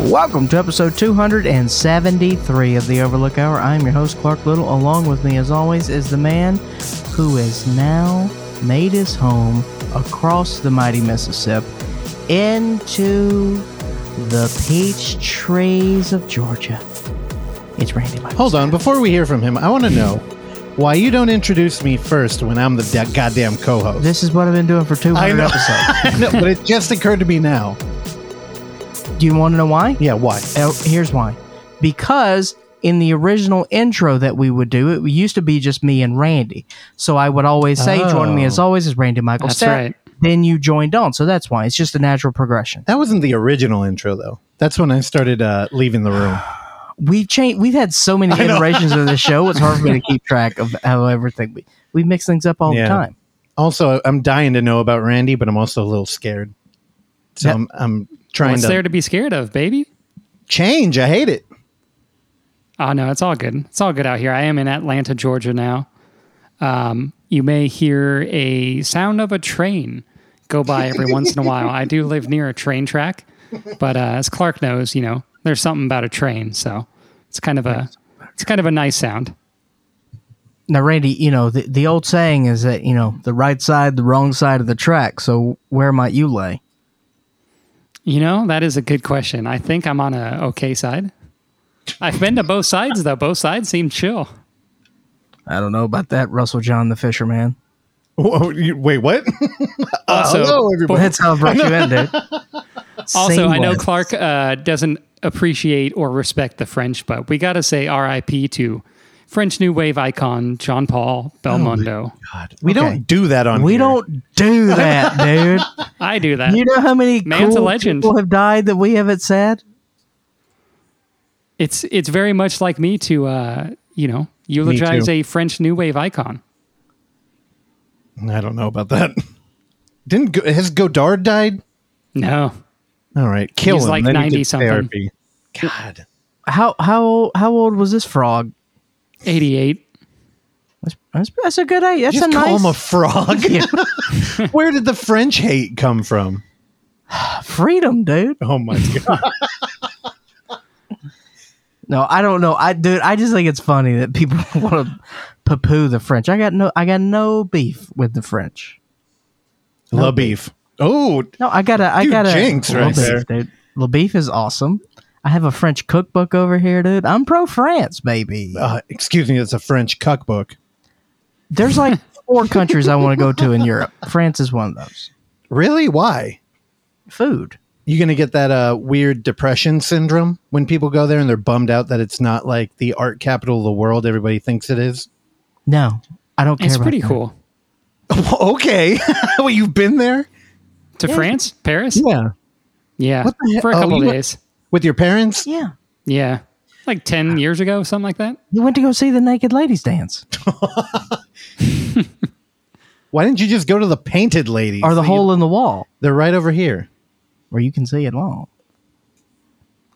Welcome to episode 273 of the Overlook Hour. I am your host, Clark Little. Along with me, as always, is the man who has now made his home across the mighty Mississippi into the peach trees of Georgia. It's Randy Michael. Hold on, before we hear from him, I want to know why you don't introduce me first when I'm the da- goddamn co-host. This is what I've been doing for 200 know. episodes. I know, but it just occurred to me now. Do you want to know why? Yeah, why? Oh, here's why. Because in the original intro that we would do, it used to be just me and Randy. So I would always say, Oh. joining me as always is Randy Michael That's Stapp." right. Then you joined on. So that's why. It's just a natural progression. That wasn't the original intro though. That's when I started uh, leaving the room. We've changed we've had so many iterations of the show, it's hard for me to keep track of how everything we we mix things up all Yeah. the time. Also, I'm dying to know about Randy, but I'm also a little scared. So That- I'm, I'm trying What's to there to be scared of, baby? change. I hate it. Oh no, it's all good. It's all good out here. I am in Atlanta, Georgia now. Um, you may hear a sound of a train go by every once in a while. I do live near a train track, but uh, as Clark knows, you know there's something about a train, so it's kind of a it's kind of a nice sound. Now, Randy, you know, the, the old saying is that, you know, the right side, the wrong side of the track. So where might you lay? You know that is a good question. I think I'm on a okay side. I've been to both sides though. Both sides seem chill. I don't know about that, Russell John the fisherman. Whoa, you- Wait, what? Also, Uh, hello, everybody. Well, that's how I brought you in, dude. Also, Same I know one. Clark uh, doesn't appreciate or respect the French, but we got to say RIP to French New Wave icon Jean Paul Oh, Belmondo. God, we Okay. don't do that on. We here. don't do that, dude. I do that. You know how many Man's a cool legend. people have died that we haven't said? it's it's very much like me to uh, you know eulogize too. a French New Wave icon. I don't know about that. Didn't Go- has Godard died? No, All right, kill He's him. like then he 90 gets something. therapy. God, How how how old was this frog? eighty eight. That's, that's, that's a good age. That's just a call nice him a frog. Where did the French hate come from? freedom, dude. Oh my god! No, I don't know. I dude, I just think it's funny that people want to poo-poo the French. I got no I got no beef with the French. La beef. Oh, No, I gotta, I Dude, gotta. jinx Little right beef, there. dude. Little beef is awesome. I have a French cookbook over here, dude. I'm pro France, baby. uh, excuse me. It's a French cookbook. There's like four countries I want to go to in Europe. France is one of those. Really? Why? Food. You gonna get that uh, weird depression syndrome when people go there and they're bummed out that it's not like the art capital of the world everybody thinks it is? No, I don't care. It's about pretty that. cool. okay. well, you've been there. To France, Paris, Yeah. yeah, What the he- for a oh, couple you went- days. With your parents? Yeah, Yeah, like ten years ago, something like that. you went to go see the naked ladies dance, Why didn't you just go to the painted ladies? or the hole in the wall, They're right over here. where you can see it all.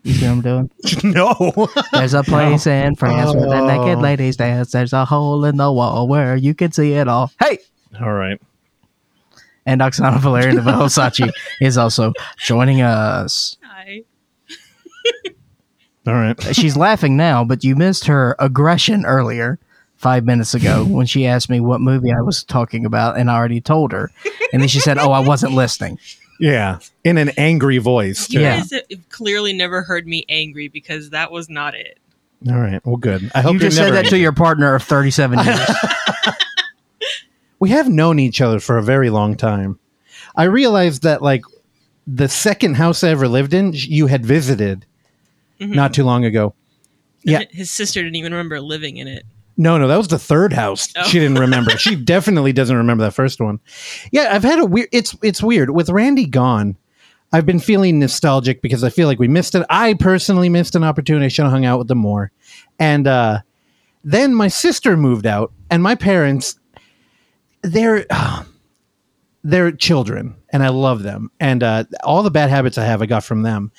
You see what I'm doing? no. There's a place in France where the naked Oh. ladies dance. There's a hole in the wall where you can see it all. Hey, All right. and Oksana Valerian de Velsachi is also joining us. Hi. All right. She's laughing now, but you missed her aggression earlier, five minutes ago, when she asked me what movie I was talking about, and I already told her. And then she said, Oh, I wasn't listening. Yeah. In an angry voice. too. You Yeah. guys have clearly never heard me angry because that was not it. All right. Well, good. I hope you just said that to your partner of 37 years. We have known each other for a very long time. I realized that, like, the second house I ever lived in, sh- you had visited Mm-hmm. not too long ago. Yeah. His sister didn't even remember living in it. No, no, that was the third house. Oh. She didn't remember. she definitely doesn't remember that first one. Yeah, I've had a weird. It's it's weird with Randy gone. I've been feeling nostalgic because I feel like we missed it. I personally missed an opportunity. I should have hung out with them more. And uh, then my sister moved out, and my parents, they're they're children, and I love them. And uh, all the bad habits I have, I got from them.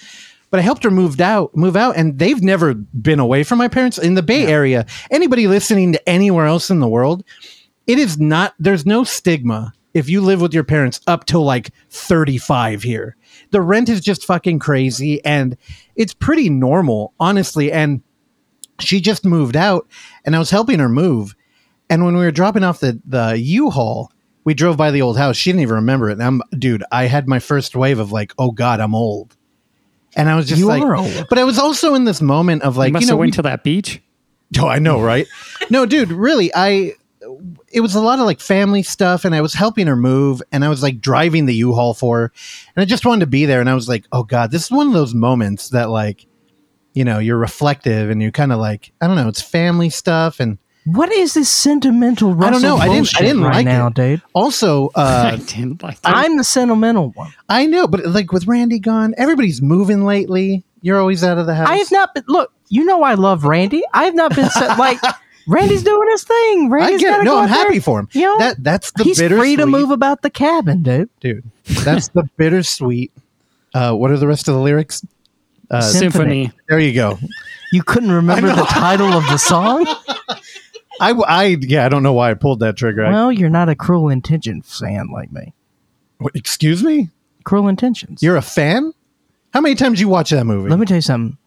But I helped her move out, move out, and they've never been away from my parents in the Bay Area. Anybody listening to anywhere else in the world, it is not. There's no stigma if you live with your parents up till like 35 here. The rent is just fucking crazy and it's pretty normal, honestly. And she just moved out and I was helping her move. And when we were dropping off the, the U-Haul, we drove by the old house. She didn't even remember it. And I'm dude, I had my first wave of like, oh God, I'm old. And I was just You like are old. But I was also in this moment of like, must you know, have went we- to that beach. Oh, I know, right? no, dude, really, I it was a lot of like family stuff and I was helping her move and I was like driving the U-Haul for her and I just wanted to be there and I was like, "Oh god, this is one of those moments that like you know, you're reflective and you kind of like, I don't know, it's family stuff and What is this sentimental Russell I don't know, I didn't I bullshit didn't right like now, it. dude? Also, I uh didn't like that. I'm the sentimental one. I know, but like with Randy gone, everybody's moving lately. You're always out of the house. I have not been. Look, you know I love Randy. I have not been set, like Randy's doing his thing. I Randy's get got it. to No, go I'm out there. happy for him. You know, that that's the He's free to bittersweet- move about the cabin, dude. dude. That's the bittersweet. Uh, what are the rest of the lyrics? Uh, Symphony. there you go. You couldn't remember the title of the song? I, I yeah, I don't know why I pulled that trigger. I- Well, you're not a Cruel Intentions fan like me. Wait, excuse me, Cruel Intentions. you're a fan? How many times you watch that movie? Let me tell you something.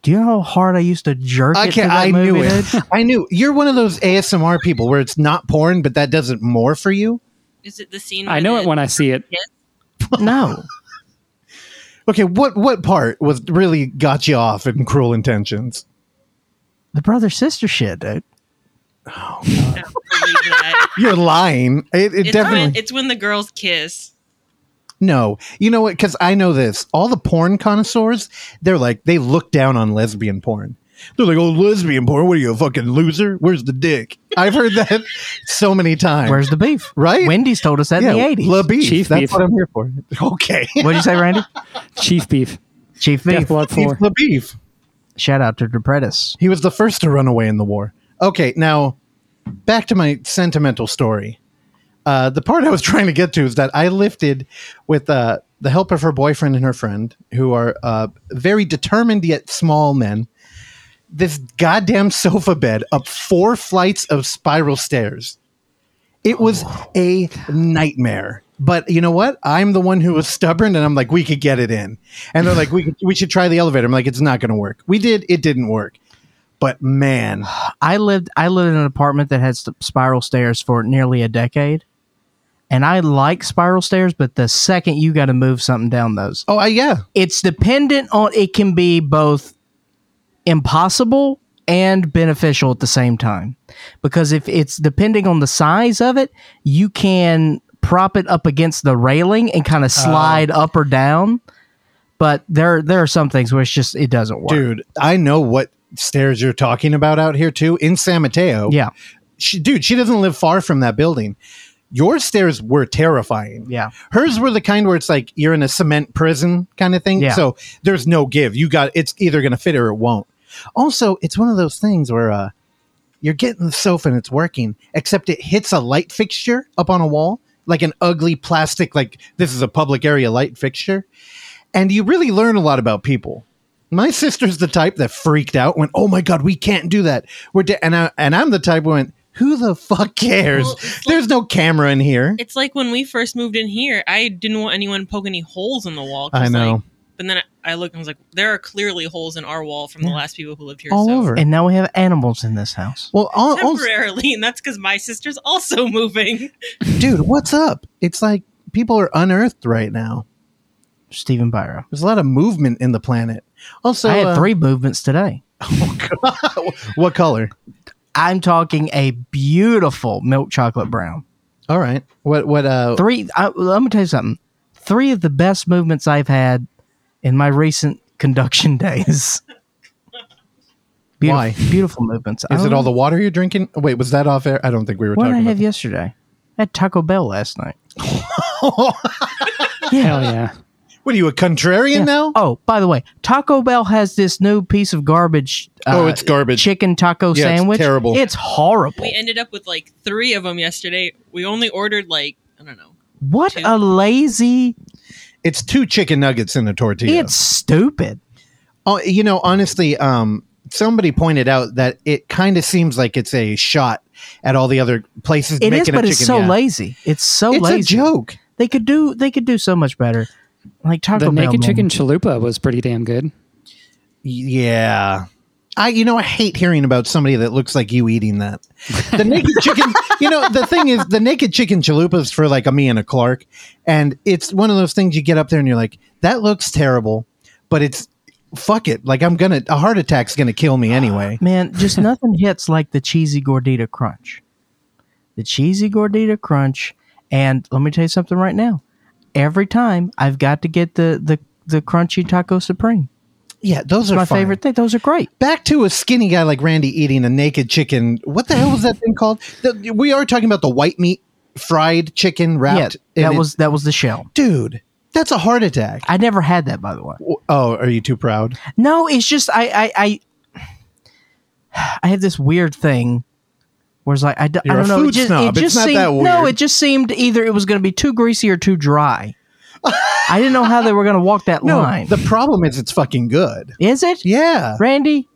Do you know how hard I used to jerk? I it to can't. that I movie, knew it. dude? I knew you're one of those ASMR people where it's not porn, but that doesn't more for you. Is it the scene? I know the- it when I see it. No, Okay, what what part was really got you off in Cruel Intentions? the brother sister shit, dude. I don't believe that. You're lying. It, it it's definitely. when it's when the girls kiss. No, you know what? Because I know this. All the porn connoisseurs, they're like they look down on lesbian porn. They're like, "Oh, lesbian porn? What are you a fucking loser? Where's the dick?" I've heard that so many times. Where's the beef? Right? Wendy's told us that in the '80s. La beef. Chief That's beef. what I'm here for. Okay, What'd you say, Randy? Chief Beef. Chief Death Beef. Blood 4. Chief La beef. Shout out to Depretis. He was the first to run away in the war. Okay, now back to my sentimental story. Uh, the part I was trying to get to is that I lifted with uh, the help of her boyfriend and her friend, who are uh, very determined yet small men, this goddamn sofa bed up four flights of spiral stairs. It was a nightmare. But you know what? I'm the one who was stubborn, and I'm like, we could get it in. And they're like, we could, we should try the elevator. I'm like, it's not going to work. We did. It didn't work. But man, I lived I lived in an apartment that had st- spiral stairs for nearly a decade, and I like spiral stairs. But the second you got to move something down those, oh I, yeah, it's dependent on. It can be both impossible and beneficial at the same time, because if it's depending on the size of it, you can prop it up against the railing and Oh. kind of slide up or down. But there there are some things where it's just it doesn't work. dude, I know what stairs you're talking about out here too in San Mateo. Yeah, she, dude, she doesn't live far from that building. Your stairs were terrifying. yeah. Hers were the kind where it's like you're in a cement prison kind of thing. Yeah. So there's no give. You got it's either going to fit or it won't. Also, it's one of those things where uh, you're getting the sofa and it's working, except it hits a light fixture up on a wall, like an ugly plastic, like this is a public area light fixture. And you really learn a lot about people. My sister's the type that freaked out, went, "Oh my god, we can't do that." We're de-, and I, and I'm the type who went, "Who the fuck cares? Well, it's like- There's no camera in here." It's like when we first moved in here. I didn't want anyone to poke any holes in the wall. 'cause, I know. Like, but then I I looked and was like, there are clearly holes in our wall from the last people who lived here. All so. over. And now we have animals in this house. Well, al- also, Temporarily, and that's because my sister's also moving. dude, what's up? It's like people are unearthed right now. Stephen Byro. There's a lot of movement in the planet. Also, I uh, had three movements today. what color? I'm talking a beautiful milk chocolate brown. All right. What? What? Uh, Three. I, let me tell you something. Three of the best movements I've had in my recent conduction days. Beautiful, Why? Beautiful movements. I is it don't all know. the water you're drinking? Wait, was that off air? I don't think we were what did I talking have about. yesterday? I had Taco Bell last night. Hell yeah. What are you a contrarian Yeah. now? Oh, by the way, Taco Bell has this new piece of garbage. uh, Oh, it's garbage. Chicken taco Yeah, it's sandwich. terrible. It's horrible. We ended up with like three of them yesterday. We only ordered like I don't know. What Two. a lazy. It's two chicken nuggets in a tortilla. It's stupid. Oh, you know, honestly, um, somebody pointed out that it kind of seems like it's a shot at all the other places It is, making a but it's chicken so yeah. lazy. It's so It's lazy. a joke. They could do. They could do so much better. Like Taco The Bell. naked man. chicken chalupa was pretty damn good. Yeah. I you know I hate hearing about somebody that looks like you eating that. The naked chicken, you know, the thing is the naked chicken chalupas for like a me and a Clark and it's one of those things you get up there and you're like that looks terrible, but it's fuck it. Like I'm going to a heart attack's going to kill me anyway. Man, just nothing hits like the cheesy gordita crunch. The cheesy gordita crunch, and let me tell you something right now. Every time I've got to get the the the crunchy taco supreme. Yeah, those are My fine. favorite thing. Those are great. back to a skinny guy like Randy eating a naked chicken. What the hell was that thing called? The, we are talking about the white meat fried chicken wrapped. yeah, that in it. was that was the shell. dude. That's a heart attack. I never had that by the way. Oh, are you too proud? No, it's just I I I, I have this weird thing where it's like I, d- I You're a don't know. food it just, snob. It It's just not seemed that no. weird. It just seemed either it was going to be too greasy or too dry. I didn't know how they were going to walk that line. The problem is it's fucking good. Is it? Yeah. Randy,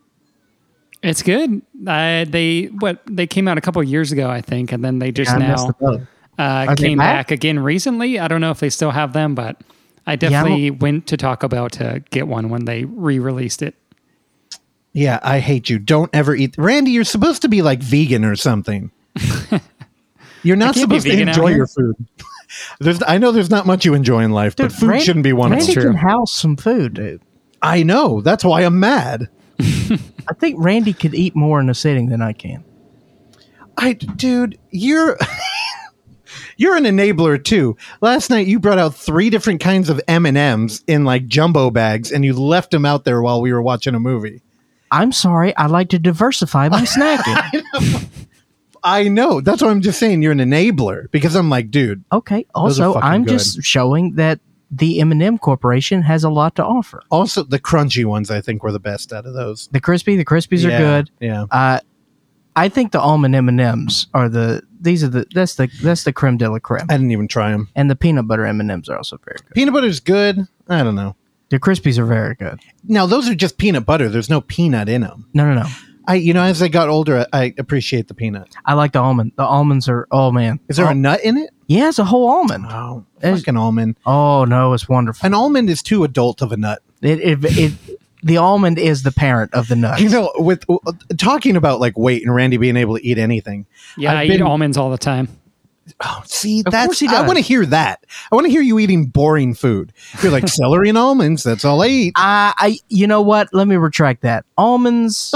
It's good. Uh, they what they came out a couple years ago, I think, and then they just I missed now uh, they came back? back? again recently. I don't know if they still have them, but I I'm- definitely went to Taco Bell to get one when they re-released it. Yeah, I hate you. Don't ever eat. Randy, you're supposed to be like vegan or something. You're not can't be supposed to vegan out enjoy here. your food. There's, I know there's not much you enjoy in life, but food Ran- shouldn't be one of Randy them. That's true. can house some food, dude. I know. That's why I'm mad. I think Randy could eat more in a sitting than I can. I dude, you're you're an enabler too. Last night you brought out three different kinds of M&Ms in like jumbo bags and you left them out there while we were watching a movie. I'm sorry. I like to diversify my snacking. I know. That's what I'm just saying. You're an enabler because I'm like, dude, Okay. Those are Also, fucking I'm good. just showing that the M&M Corporation has a lot to offer. also the crunchy ones I think were the best out of those. The crispy, the crispies Yeah, are good. Yeah. Uh, I think the almond M&Ms are the these are the that's the that's the creme de la creme. I didn't even try them. And the peanut butter M&Ms are also very good. Peanut butter's good. I don't know. The crispies are very good. Now those are just peanut butter. There's no peanut in them. No, no, no. I you know as I got older I, I appreciate the peanut. I like the almond. The almonds are oh man. Is there oh, a nut in it? Yeah, it's a whole almond. Oh, There's- fucking almond. Oh no, it's wonderful. An almond is too adult of a nut. It, it, it, the almond is the parent of the nut. You know, with uh, talking about like weight and Randy being able to eat anything. Yeah, I've i eat been- almonds all the time. Oh, see, Of course that's he I does. want to hear that. I want to hear you eating boring food. You're like celery and almonds. That's all I eat. I, I, you know what? Let me retract that. Almonds,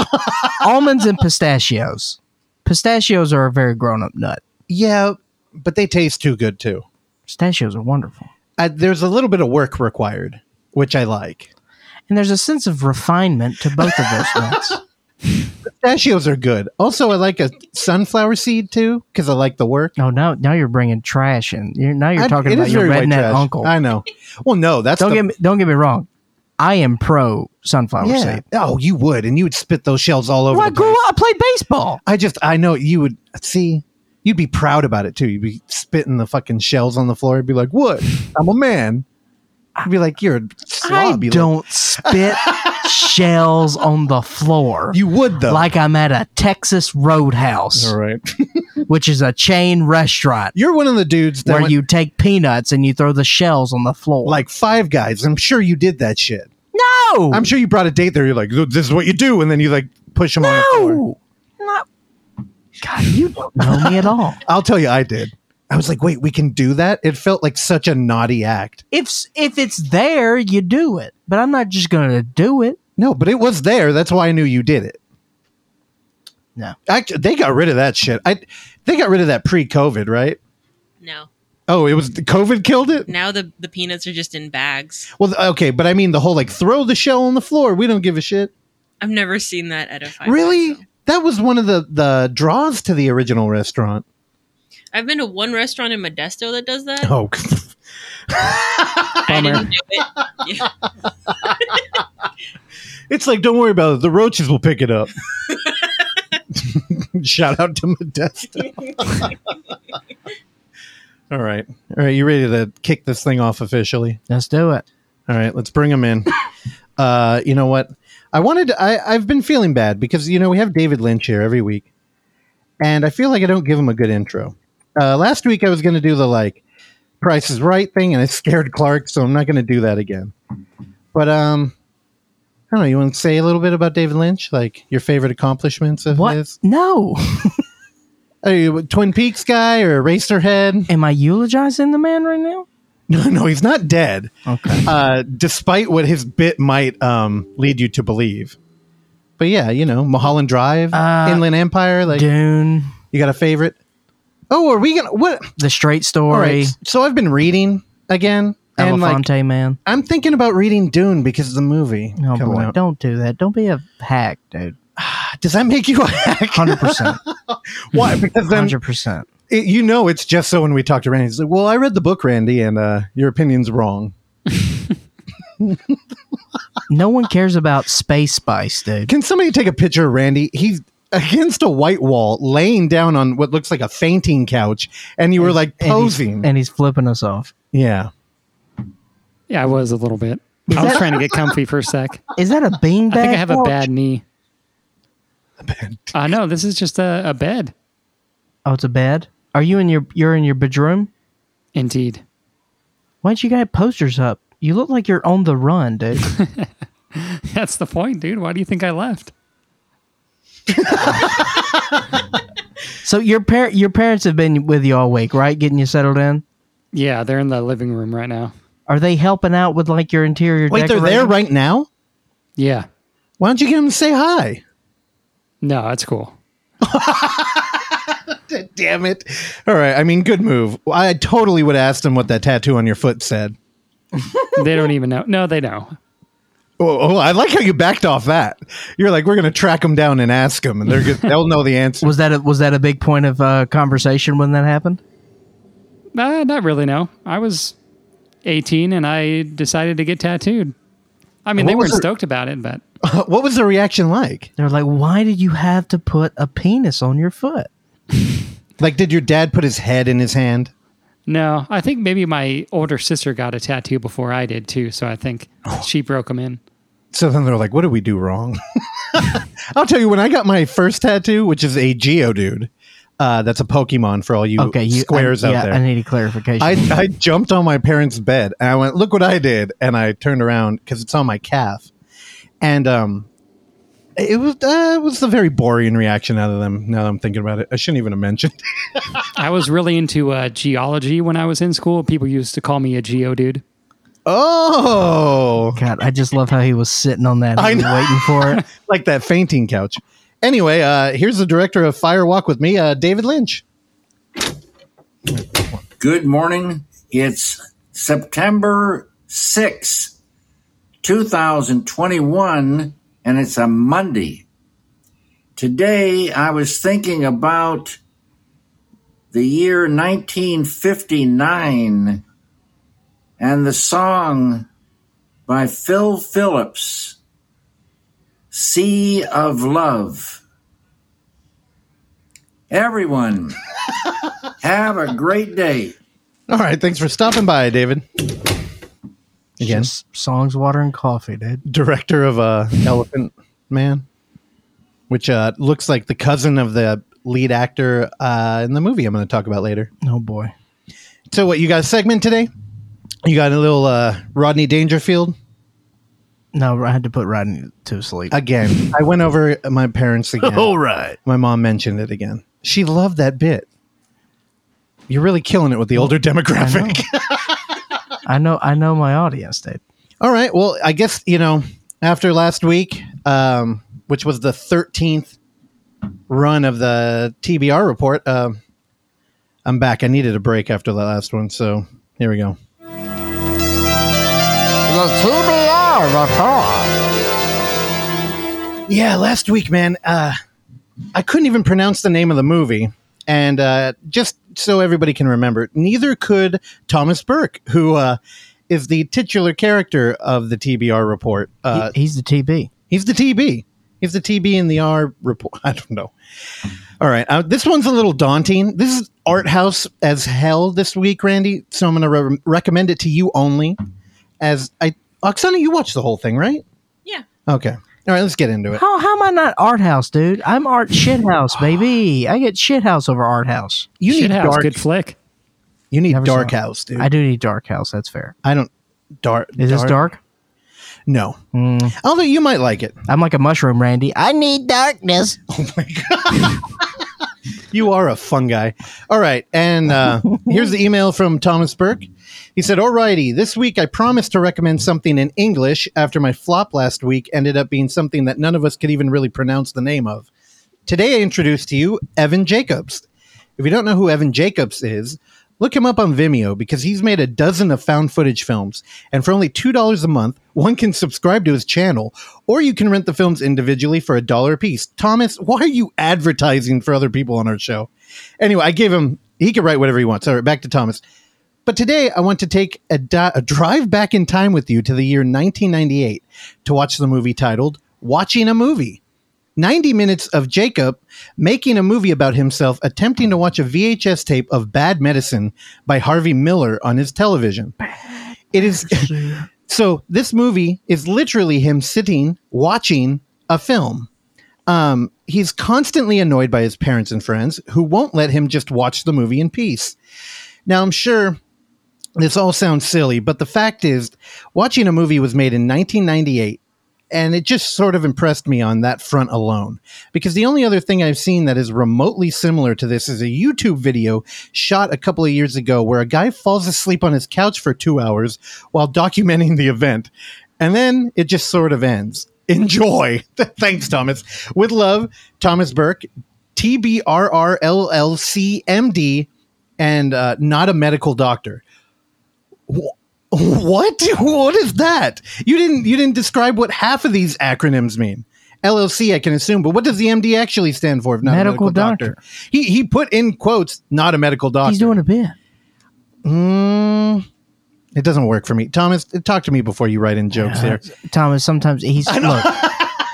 almonds and pistachios. Pistachios are a very grown-up nut. Yeah, but they taste too good too. Pistachios are wonderful, I, there's a little bit of work required, which I like. and there's a sense of refinement to both of those nuts. Pistachios are good. Also, I like a sunflower seed too because I like the work. Oh, now, now you're bringing trash in. You're, now you're I- talking it about is your very white redneck trash. uncle. I know. Well, no, that's don't the- get me, don't get me wrong. I am pro sunflower yeah. seed. Oh, you would, and you would spit those shells all over. Well, I the place. grew up. I played baseball. I just I know you would see you'd be proud about it too. You'd be spitting the fucking shells on the floor. You'd be like, "What? I'm a man." You'd be like, "You're a I slob." you don't spit shells on the floor. Like, you would though. like I'm at a Texas Roadhouse, all right. which is a chain restaurant You're one of the dudes that where went, you take peanuts and you throw the shells on the floor. like five guys. I'm sure you did that shit. no, I'm sure you brought a date there. You're like, "This is what you do," and then you like push them on the floor. no, not. God, you don't know me at all. I'll tell you, I did. I was like, "Wait, we can do that." It felt like such a naughty act. If s- if it's there, you do it. But I'm not just gonna do it. No, but it was there. That's why I knew you did it. No. Actually, they got rid of that shit. I they got rid of that pre-COVID, right? No. Oh, it was COVID killed it. Now the the peanuts are just in bags. Well, okay, but I mean the whole like throw the shell on the floor. We don't give a shit. I've never seen that edify. really, myself. that was one of the the draws to the original restaurant. I've been to one restaurant in Modesto that does that. Oh, I Bummer. didn't do it. Yeah. it's like don't worry about it. The roaches will pick it up. Shout out to Modesto. All right, all right. You ready to kick this thing off officially? Let's do it. All right, let's bring him in. uh, you know what? I wanted. I I've been feeling bad because you know we have David Lynch here every week, and I feel like I don't give them a good intro. Uh, last week I was going to do the like Price is Right thing, and I scared Clark, so I'm not going to do that again. But um, I don't know. You want to say a little bit about David Lynch, like your favorite accomplishments of What? his? No. Are you a Twin Peaks guy or Eraserhead? Am I eulogizing the man right now? No, no, he's not dead. Okay. Uh, despite what his bit might um, lead you to believe. But yeah, you know, Mulholland Drive, Uh, Inland Empire. Like, Dune, you got a favorite? Oh, are we gonna what? The Straight All Story, right. So I've been reading again, and like Elefante Man. I'm thinking about reading Dune because of the movie Oh coming boy, out. don't do that. Don't be a hack, dude. Does that make you a hack? Hundred percent. Why? Because then Hundred percent. it- you know it's just so when we talk to Randy, he's like, "Well, I read the book, Randy, and uh, your opinion's wrong." No one cares about Space Spice, dude. Can somebody take a picture of Randy? He's against a white wall, laying down on what looks like a fainting couch, and you were like And he's- posing. and he's flipping us off. yeah. Yeah, I was a little bit. I was trying to get comfy for a sec. Is that a beanbag? I think I have a couch? bad knee. Uh, no, this is just a, a bed. Oh, it's a bed. Are you in your? You're in your bedroom. Indeed. Why don't you got posters up? You look like you're on the run, dude. That's the point, dude. Why do you think I left? so your par- your parents have been with you all week, right? Getting you settled in. Yeah, they're in the living room right now. Are they helping out with like your interior? Wait, they're there decorating? right now. Yeah. Why don't you get him to say hi? No, that's cool. Damn it! All right. I mean, good move. I totally would have asked him what that tattoo on your foot said. They don't even know. No, they know. Oh, oh, I like how you backed off that. You're like, we're gonna track him down and ask him, and they're good, they'll know the answer. Was that a, was that a big point of uh, conversation when that happened? Uh, not really, no. I was 18 and I decided to get tattooed. I mean, What they was weren't her- stoked about it, but what was the reaction like? They're like, why did you have to put a penis on your foot? Like, did your dad put his head in his hand? no. I think maybe my older sister got a tattoo before I did too, so I think Oh. she broke them in. So then they're like, what did we do wrong? I'll tell you, when I got my first tattoo, which is a Geodude, uh, that's a Pokemon for all you, Okay, you squares I, out yeah, there. I need a clarification. I, I jumped on my parents' bed and I went, look what I did. And I turned around because it's on my calf. And um, it was uh, it was a very boring reaction out of them now that I'm thinking about it. I shouldn't even have mentioned it. I was really into uh, geology when I was in school. People used to call me a geo dude. Oh, God, I just love how he was sitting on that, I and know. waiting for it. like that fainting couch. Anyway, uh, here's the director of Fire Walk with Me, uh, David Lynch. Good morning. It's September 6th, 2021, and it's a Monday. Today, I was thinking about the year 1959 and the song by Phil Phillips, Sea of Love. Everyone, have a great day. All right, thanks for stopping by, David. Again, Just songs, water, and coffee, dude. director of uh, Elephant Man, which uh, looks like the cousin of the lead actor uh, in the movie I'm going to talk about later. Oh boy, So, what you got a segment today? You got a little uh, Rodney Dangerfield no, I had to put Rodney to sleep. again. I went over my parents again. right, My mom mentioned it again. She loved that bit. You're really killing it with the older demographic. I know, I know my audience, dude. All right. Well, I guess you know after last week, um, which was the thirteenth run of the TBR report. Uh, I'm back. I needed a break after the last one, so here we go. The TBR report. Yeah, last week, man. Uh, I couldn't even pronounce the name of the movie. And uh, just so everybody can remember, neither could Thomas Burke, who uh, is the titular character of the TBR report. Uh, He- he's the TB. He's the TB. He's the TB in the R report. I don't know. All right. Uh, this one's a little daunting. This is art house as hell this week, Randy. So I'm going to re- recommend it to you only. As I, Oksana, you watched the whole thing, right? Yeah. Okay. All right, let's get into it. How, how am I not art house, dude? I'm art shit house, baby. I get shit house over art house. You need Shithouse, dark. good flick. You need Never saw dark it. house, dude. I do need dark house. That's fair. I don't dark. Is this dark? Hmm. No. Although you might like it. I'm like a mushroom, Randy. I need darkness. You are a fun guy. All right. And uh, here's the email from Thomas Burke. He said, Alrighty, this week I promised to recommend something in English after my flop last week ended up being something that none of us could even really pronounce the name of. Today I introduce to you Evan Jacobs. If you don't know who Evan Jacobs is, look him up on Vimeo because he's made a dozen of found footage films. And for only $2 a month, one can subscribe to his channel or you can rent the films individually for a dollar apiece. Thomas, why are you advertising for other people on our show? Anyway, I gave him, he could write whatever he wants. All right, back to Thomas. But today I want to take a, di- a drive back in time with you to the year 1998 to watch the movie titled Watching a Movie. 90 minutes of Jacob making a movie about himself attempting to watch a VHS tape of Bad Medicine by Harvey Miller on his television. It is so this movie is literally him sitting watching a film. Um, he's constantly annoyed by his parents and friends who won't let him just watch the movie in peace. Now, I'm sure this all sounds silly, but the fact is, watching a movie was made in 1998 and it just sort of impressed me on that front alone because the only other thing i've seen that is remotely similar to this is a youtube video shot a couple of years ago where a guy falls asleep on his couch for two hours while documenting the event and then it just sort of ends enjoy thanks thomas with love thomas burke tbrrllcmd and uh, not a medical doctor what what is that you didn't you didn't describe what half of these acronyms mean llc i can assume but what does the md actually stand for if not Medical a medical doctor, doctor. He, he put in quotes not a medical doctor He's doing a bit. Mm, it doesn't work for me thomas talk to me before you write in jokes here Thomas, sometimes he's look.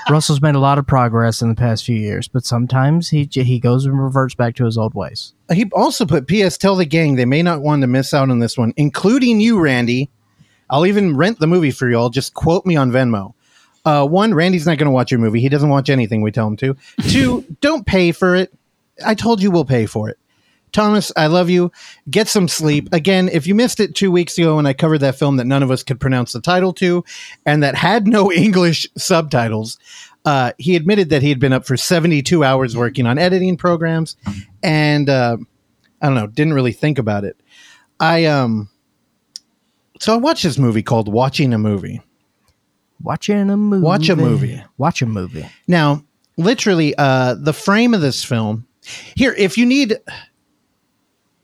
Russell's made a lot of progress in the past few years, but sometimes he j- he goes and reverts back to his old ways. he also put ps tell the gang they may not want to miss out on this one including you randy i'll even rent the movie for y'all just quote me on venmo uh, one randy's not going to watch your movie he doesn't watch anything we tell him to two don't pay for it i told you we'll pay for it thomas i love you get some sleep again if you missed it two weeks ago when i covered that film that none of us could pronounce the title to and that had no english subtitles uh, he admitted that he had been up for 72 hours working on editing programs and uh, I don't know, didn't really think about it. I um so I watched this movie called Watching a Movie. Watching a movie. Watch a movie. Watch a movie. Now, literally uh the frame of this film here if you need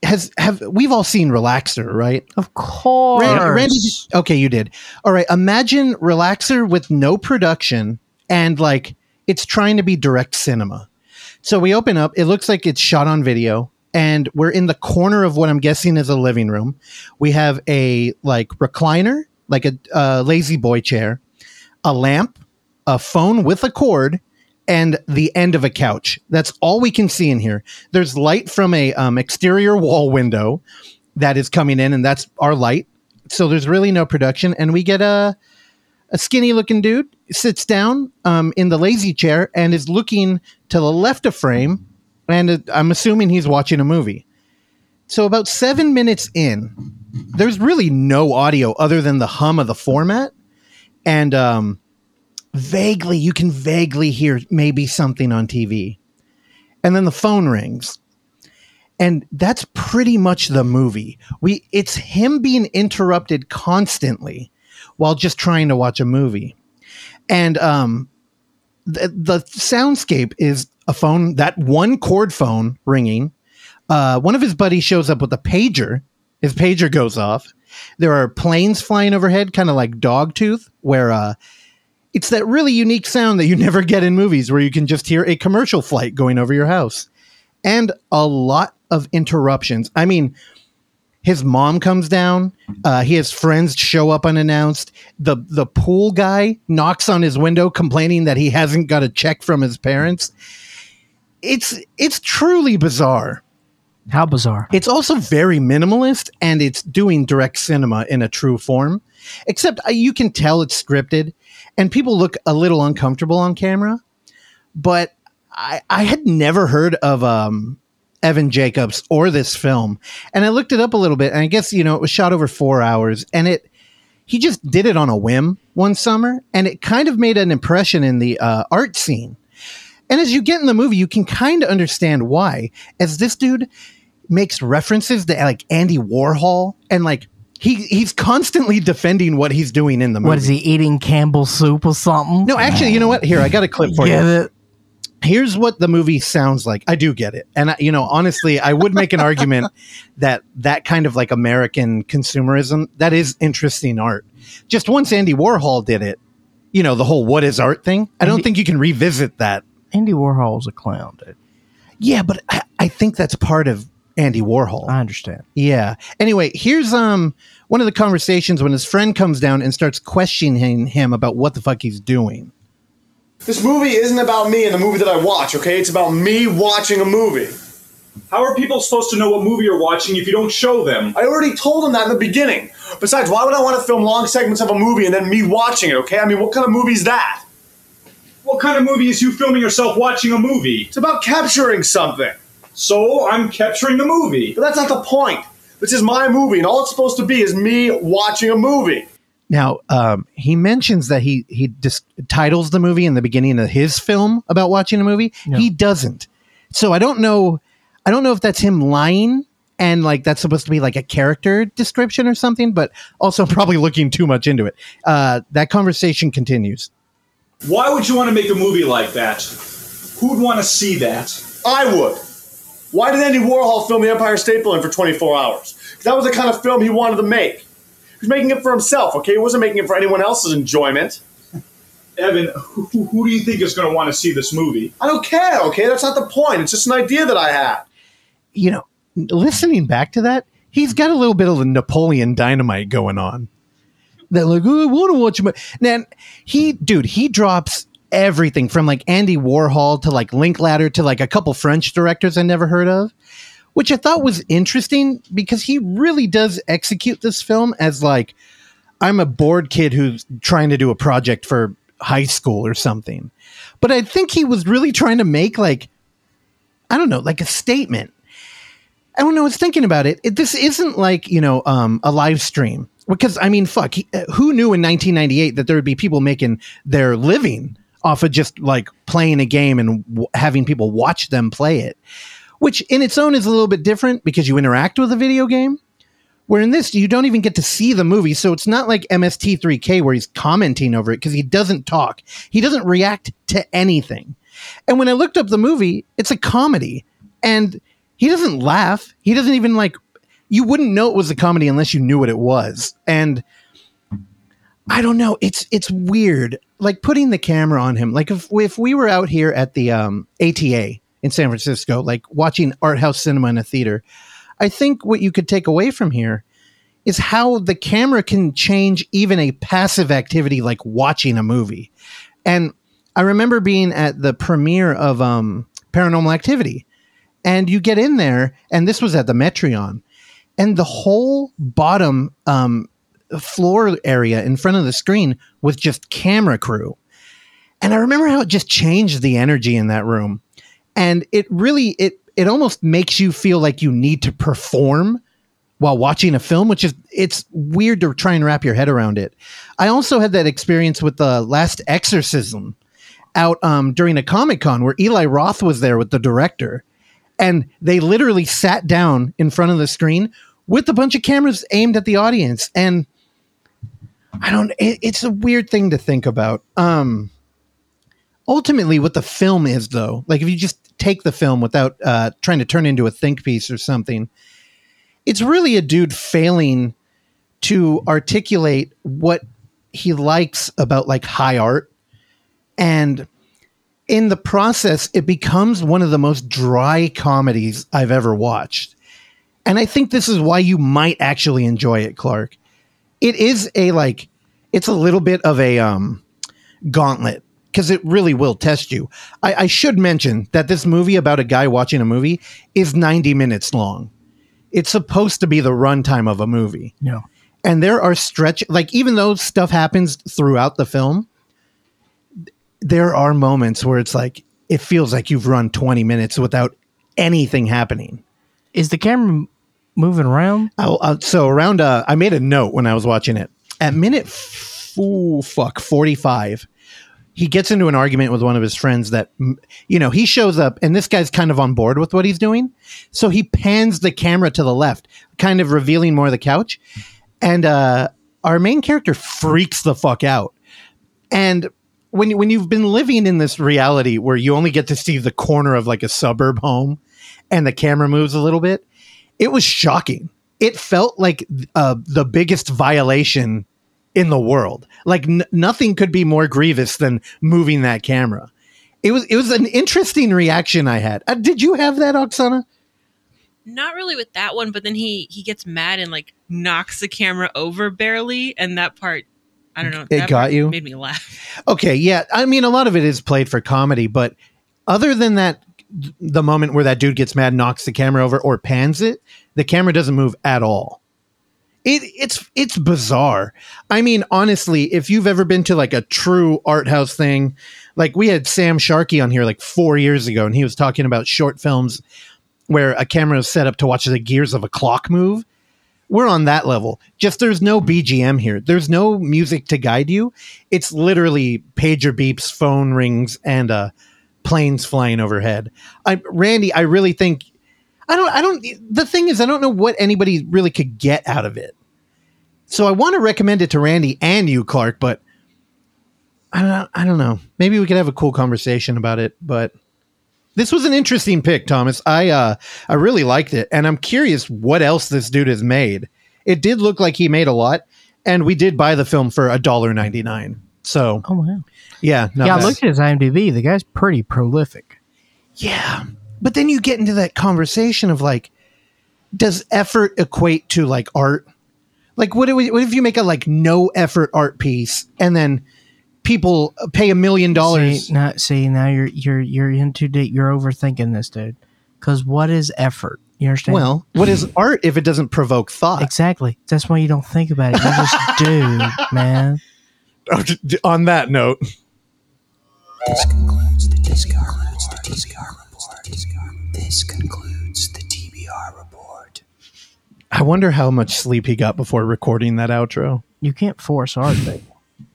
has have we've all seen Relaxer, right? Of course. Ran- Randy, okay, you did. All right. Imagine Relaxer with no production and like it's trying to be direct cinema. So we open up. It looks like it's shot on video, and we're in the corner of what I'm guessing is a living room. We have a like recliner, like a uh, lazy boy chair, a lamp, a phone with a cord, and the end of a couch. That's all we can see in here. There's light from a um, exterior wall window that is coming in, and that's our light. So there's really no production, and we get a a skinny looking dude sits down um, in the lazy chair and is looking to the left of frame, and uh, I'm assuming he's watching a movie. So about seven minutes in, there's really no audio other than the hum of the format, and um, vaguely you can vaguely hear maybe something on TV, and then the phone rings and that's pretty much the movie we it's him being interrupted constantly while just trying to watch a movie and um the, the soundscape is a phone that one cord phone ringing uh one of his buddies shows up with a pager his pager goes off there are planes flying overhead kind of like dogtooth where uh it's that really unique sound that you never get in movies where you can just hear a commercial flight going over your house and a lot of interruptions. I mean, his mom comes down. Uh, he has friends show up unannounced. The the pool guy knocks on his window, complaining that he hasn't got a check from his parents. It's it's truly bizarre. How bizarre. It's also very minimalist and it's doing direct cinema in a true form, except uh, you can tell it's scripted. and people look a little uncomfortable on camera. But I, I had never heard of um, Evan Jacobs or this film, and I looked it up a little bit, and I guess you know it was shot over four hours, and it he just did it on a whim one summer, and it kind of made an impression in the uh, art scene. And as you get in the movie, you can kind of understand why, as this dude makes references to like Andy Warhol and like he he's constantly defending what he's doing in the movie. What is he eating? Campbell's soup or something? No, actually, you know what? Here, I got a clip for Get you. it? Here's what the movie sounds like. I do get it. And I, you know, honestly, I would make an argument that that kind of like American consumerism, that is interesting art. Just once Andy Warhol did it, you know, the whole what is art thing. I don't think you can revisit that. Andy Warhol's a clown, dude. Yeah, but I, I think that's part of Andy Warhol. I understand. Yeah. Anyway, here's um one of the conversations when his friend comes down and starts questioning him about what the fuck he's doing. This movie isn't about me and the movie that I watch, okay? It's about me watching a movie. How are people supposed to know what movie you're watching if you don't show them? I already told them that in the beginning. Besides, why would I want to film long segments of a movie and then me watching it, okay? I mean, what kind of movie is that? What kind of movie is you filming yourself watching a movie? It's about capturing something. So I'm capturing the movie. But that's not the point. This is my movie, and all it's supposed to be is me watching a movie. Now, um, he mentions that he he just titles the movie in the beginning of his film about watching a movie. He doesn't. So I don't know. I don't know if that's him lying and like that's supposed to be like a character description or something, but also probably looking too much into it. Uh, that conversation continues. Why would you want to make a movie like that? Who'd want to see that? I would. Why did Andy Warhol film The Empire State Building for 24 hours? 'Cause that was the kind of film he wanted to make. He was making it for himself, okay? He wasn't making it for anyone else's enjoyment. Evan, who, who- who do you think is going to want to see this movie? I don't care, okay? That's not the point. It's just an idea that I had. you know, listening back to that, he's got a little bit of the Napoleon Dynamite going on. That like, oh, I want to watch him. Now he, dude, he drops everything from like Andy Warhol to like Linklater to like a couple French directors I never heard of, which I thought was interesting because he really does execute this film as like I'm a bored kid who's trying to do a project for high school or something. But I think he was really trying to make like I don't know, like a statement. I don't know. I was thinking about it. it this isn't like you know um, a live stream because I mean, fuck, he, uh, who knew in 1998 that there would be people making their living off of just like playing a game and w- having people watch them play it, which in its own is a little bit different because you interact with a video game. Where in this, you don't even get to see the movie, so it's not like MST3K where he's commenting over it because he doesn't talk, he doesn't react to anything. And when I looked up the movie, it's a comedy. And he doesn't laugh. He doesn't even like you wouldn't know it was a comedy unless you knew what it was. And I don't know, it's it's weird. Like putting the camera on him. Like if if we were out here at the um ATA in San Francisco, like watching art house cinema in a theater, I think what you could take away from here is how the camera can change even a passive activity like watching a movie. And I remember being at the premiere of um, Paranormal Activity, and you get in there, and this was at the Metreon, and the whole bottom um, floor area in front of the screen was just camera crew. And I remember how it just changed the energy in that room. And it really it it almost makes you feel like you need to perform while watching a film, which is it's weird to try and wrap your head around it. I also had that experience with the last exorcism out um, during a comic con where Eli Roth was there with the director, and they literally sat down in front of the screen with a bunch of cameras aimed at the audience. And I don't, it, it's a weird thing to think about. Um, ultimately, what the film is, though, like if you just take the film without uh, trying to turn it into a think piece or something, it's really a dude failing to articulate what he likes about like high art and in the process it becomes one of the most dry comedies i've ever watched and i think this is why you might actually enjoy it clark it is a like it's a little bit of a um gauntlet because it really will test you I, I should mention that this movie about a guy watching a movie is 90 minutes long it's supposed to be the runtime of a movie No. and there are stretch like even though stuff happens throughout the film there are moments where it's like it feels like you've run 20 minutes without anything happening. Is the camera moving around? I'll, I'll- so around, Oh, uh, I made a note when I was watching it. At minute, f- ooh, fuck, forty-five, he gets into an argument with one of his friends that, mm, you know, he shows up and this guy's kind of on board with what he's doing, so he pans the camera to the left, kind of revealing more of the couch, and uh, our main character freaks the fuck out, and. When, you- when you've been living in this reality where you only get to see the corner of like a suburb home and the camera moves a little bit, it was shocking. It felt like uh, the biggest violation in the world. Like n- nothing could be more grievous than moving that camera. It was it was an interesting reaction I had. Uh, did you have that, Oksana? Not really with that one, but then he he gets mad and like knocks the camera over barely, and that part I don't know. It got you? Made me laugh. Okay, yeah. I mean, a lot of it is played for comedy, but other than that, the moment where that dude gets mad, knocks the camera over, or pans it, the camera doesn't move at all. It, it's it's bizarre. I mean, honestly, if you've ever been to like a true art house thing, like we had Sam Sharkey on here like four years ago, and he was talking about short films where a camera is set up to watch the gears of a clock move we're on that level. Just there's no BGM here. There's no music to guide you. It's literally pager beeps, phone rings, and uh, planes flying overhead. I, Randy, I really think I don't. I don't. The thing is, I don't know what anybody really could get out of it. So I want to recommend it to Randy and you, Clark. But I don't. I don't know. Maybe we could have a cool conversation about it. But this was an interesting pick, Thomas. I uh I really liked it, and I'm curious what else this dude has made. It did look like he made a lot, and we did buy the film for a dollar ninety nine. So Oh wow! yeah, not yeah, I bad. looked at his IMDb. The guy's pretty prolific. yeah. But then you get into that conversation of like, does effort equate to like art? Like, what, do we, what if you make a like no effort art piece and then people pay a million dollars? See, Oh, now, see, now you're you're you're in too deep. You're overthinking this, dude. Because what is effort? You understand? Well, what is art if it doesn't provoke thought? exactly. That's why you don't think about it. You just do, man. On that note, This concludes the TBR report. This concludes the TBR report. I wonder how much sleep he got before recording that outro. You can't force art, baby.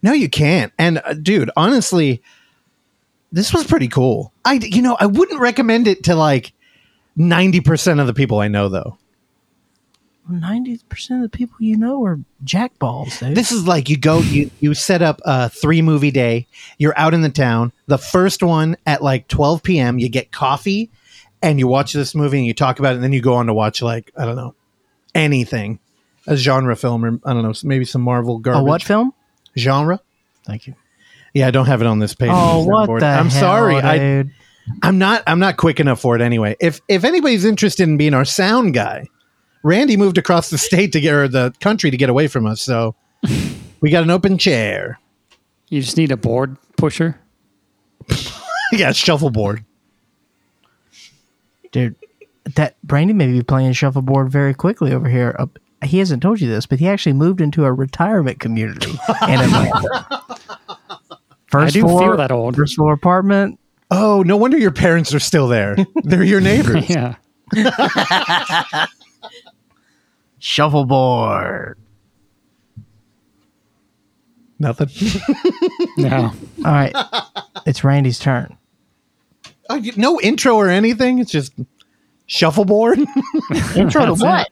No, you can't. And uh, dude, honestly, this was pretty cool. I, you know, I wouldn't recommend it to like 90% of the people I know, though. Ninety percent of the people you know are jackballs, dude. This is like you go, you, you set up a three movie day, you're out in the town. The first one at like 12 p.m., you get coffee and you watch this movie and you talk about it. And then you go on to watch, like, I don't know, anything, a genre film or I don't know, maybe some Marvel garbage. a what film? Genre? Thank you. Yeah, I don't have it on this page. Oh, It's not what board. the I'm hell, sorry. I, dude. I'm not. I'm not quick enough for it. Anyway, if if anybody's interested in being our sound guy, Randy moved across the state to get or the country to get away from us. So we got an open chair. You just need a board pusher. yeah, shuffleboard. dude. That Brandon may be playing shuffleboard very quickly over here. Uh, he hasn't told you this, but he actually moved into a retirement community in Atlanta. First I do floor, feel that old. First floor apartment. Oh, no wonder your parents are still there. They're your neighbors. Yeah. Shuffleboard. Nothing. No. All right, it's Randy's turn. Oh, you- no intro or anything. It's just shuffleboard Intro to what?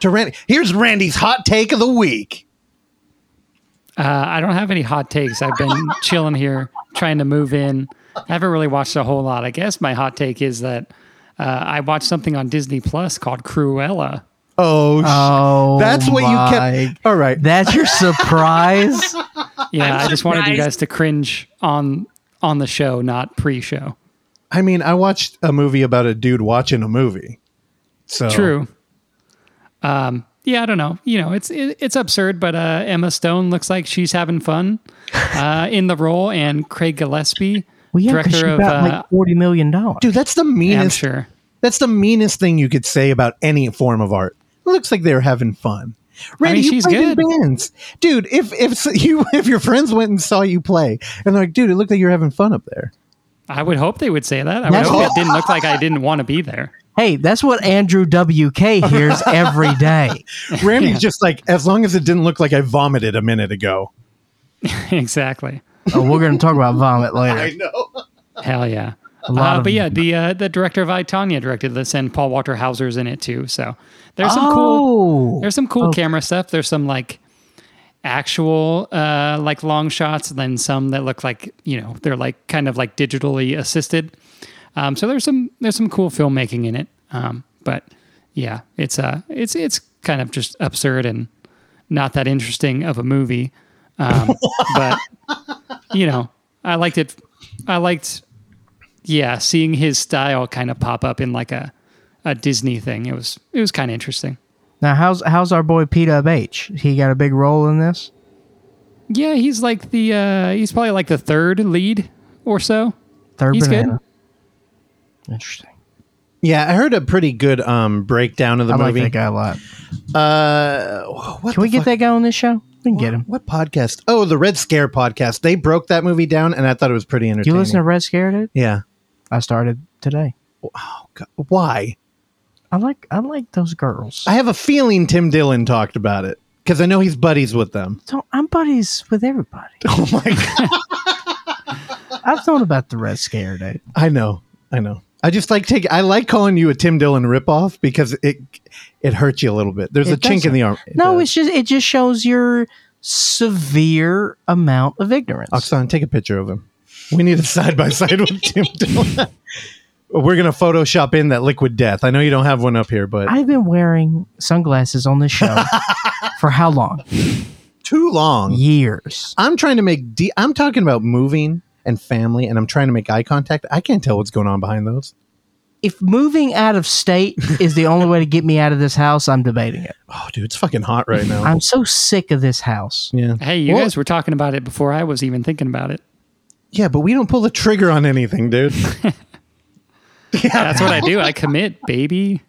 to Randy. Here's Randy's hot take of the week. Uh, I don't have any hot takes. I've been chilling here, trying to move in. I haven't really watched a whole lot. I guess my hot take is that uh, I watched something on Disney Plus called Cruella. Oh, sh- Oh, that's what you kept. All right. That's your surprise. Yeah, I just wanted you surprised. guys to cringe on on the show, not pre-show. I mean, I watched a movie about a dude watching a movie. So True. Um, yeah, I don't know. You know, it's it, it's absurd, but uh, Emma Stone looks like she's having fun uh, in the role, and Craig Gillespie, well, yeah, 'cause she director of got uh, like forty million dollars. Dude, that's the yeah, I'm meanest. sure. That's the meanest thing you could say about any form of art. It looks like they're having fun. Randy, mean, you she's played in good. bands, dude. If if you if your friends went and saw you play, and they're like, dude, it looked like you were having fun up there. I would hope they would say that. I would That's hope what- it didn't look like I didn't want to be there. Hey, that's what Andrew WK hears every day. Randy's Yeah. just like, as long as it didn't look like I vomited a minute ago. exactly. Oh, we're going to talk about vomit I later. know. Hell yeah. A lot Uh, of- but yeah, the uh, the director of I Tonya directed this, and Paul Walter Hauser's in it too. So there's some cool Oh. there's some cool Okay. camera stuff. There's some like actual uh, like long shots, and then some that look like you know they're like kind of like digitally assisted. Um, so there's some there's some cool filmmaking in it. Um, but yeah, it's uh it's it's kind of just absurd and not that interesting of a movie. Um, but you know, I liked it. I liked yeah, seeing his style kind of pop up in like a a Disney thing. It was it was kind of interesting. Now, how's how's our boy PWH? He got a big role in this? Yeah, he's like the uh he's probably like the third lead or so. Third He's good. banana. Interesting. Yeah, I heard a pretty good um breakdown of the I like movie. that guy a lot. Uh, what Can we the get fuck- that guy on this show? We can get him. What podcast? Oh, the Red Scare podcast. They broke that movie down, and I thought it was pretty Do entertaining. you listen to Red Scare, dude? yeah. I started today. God, why? I like I like those girls. I have a feeling Tim Dillon talked about it because I know he's buddies with them. don't, I'm buddies with everybody. Oh my god! I've known about the Red Scare, dude. I know, I know. I just like take. I like calling you a Tim Dillon ripoff because it it hurts you a little bit. There's It a chink doesn't. in the arm. It no, does. it's just it just shows your severe amount of ignorance. Oxon, take a picture of him. We need a side by side with Tim Dillon. We're gonna Photoshop in that liquid death. I know you don't have one up here, but I've been wearing sunglasses on this show for how long? too long. Years. I'm trying to make. De- I'm talking about moving and family, and I'm trying to make eye contact. I can't tell what's going on behind those. If moving out of state is the only way to get me out of this house, I'm debating it. Oh, dude, it's fucking hot right now. I'm so sick of this house. yeah, Hey, you Well- guys were talking about it before I was even thinking about it. yeah, but we don't pull the trigger on anything, dude. That's what I do. I commit, baby.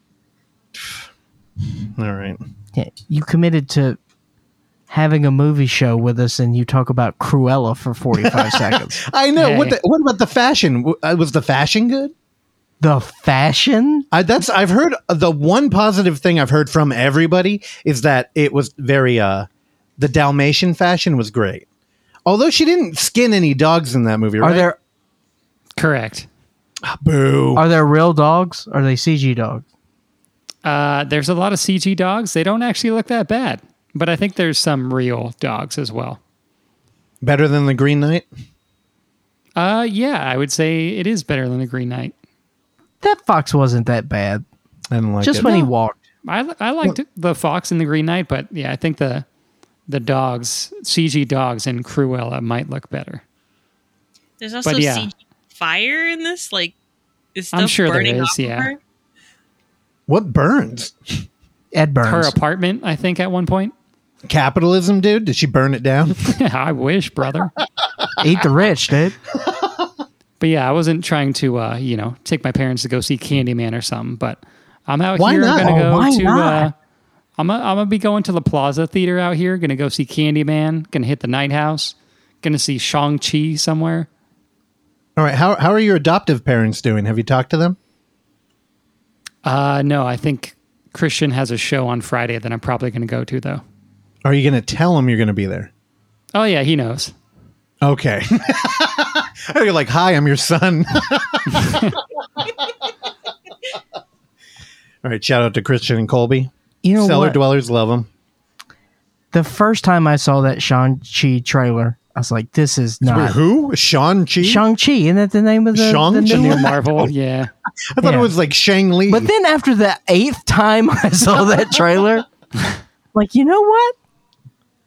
All right. Yeah, you committed to having a movie show with us and you talk about Cruella for 45 seconds. I know. What? Hey. The, what about the fashion? W- uh, Was the fashion good? The fashion? I, that's. I've heard uh, the one positive thing I've heard from everybody is that it was very. uh The Dalmatian fashion was great, although she didn't skin any dogs in that movie. Are Right? there Correct. boo? are there real dogs? Are they CG dogs? Uh, there's a lot of CG dogs. They don't actually look that bad, but I think there's some real dogs as well. Better than the Green Knight? Uh, yeah, I would say it is better than the Green Knight. That fox wasn't that bad. I didn't like Just it. when he walked. I li- I liked the fox and the Green Knight, but yeah, I think the the dogs CG dogs in Cruella might look better. There's also yeah. CG fire in this. Like, is I'm stuff sure there burning is, off of yeah. her? What burns? Ed Her Burns. apartment, I think, at one point. Capitalism, dude? Did she burn it down? I wish, brother. Eat the rich, dude. But yeah, I wasn't trying to uh, you know take my parents to go see Candyman or something. But I'm out Why here. not? Gonna Oh, go why to. Uh, not? I'm i I'm gonna be going to the Plaza Theater out here. Gonna go see Candyman. Gonna hit the Night House. Gonna see Shang Chi somewhere. All right. How, how are your adoptive parents doing? Have you talked to them? Uh, no, I think Christian has a show on Friday that I'm probably gonna go to though. Are you going to tell them you're going to be there? Oh yeah, he knows. Okay. oh, you're like, hi, I'm your son. All right. Shout out to Christian and Colby. You know Cellar what? dwellers love them. the first time I saw that Shang-Chi trailer, I was like, this is not. Who? Uh, Sean Chi? Shang-Chi, isn't that the name of the, the Shang-Chi? new New one? Marvel, yeah. I thought Yeah. it was like Shang Li. But then after the eighth time I saw that trailer, like, you know what?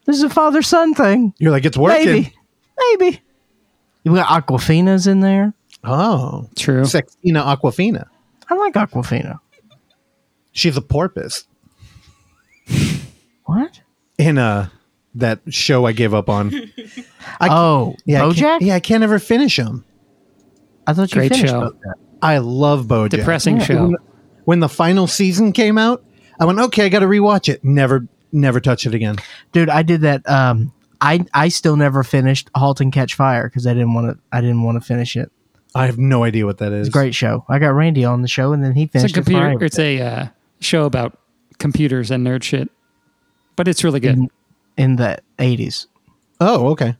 This is a father son thing. you're like, it's working. Maybe. Maybe. We got Aquafina's in there. Oh. True. Sexina Aquafina. I like Aquafina. She's a porpoise What? in uh, that show I gave up on. oh, Yeah, I Bojack? can't- yeah, I can't ever finish them. I thought you Great finished show. Bojack. I love BoJack. Depressing show. When the final season came out, I went, okay, I got to rewatch it. Never, never touch it again. dude i did that um i i still never finished halt and catch fire because i didn't want to i didn't want to finish it I have no idea what that is. it's a great show i got randy on the show and then he It's a finished it computer. fine. It's a uh, show about computers and nerd shit, but it's really good. in the 80s Oh, okay.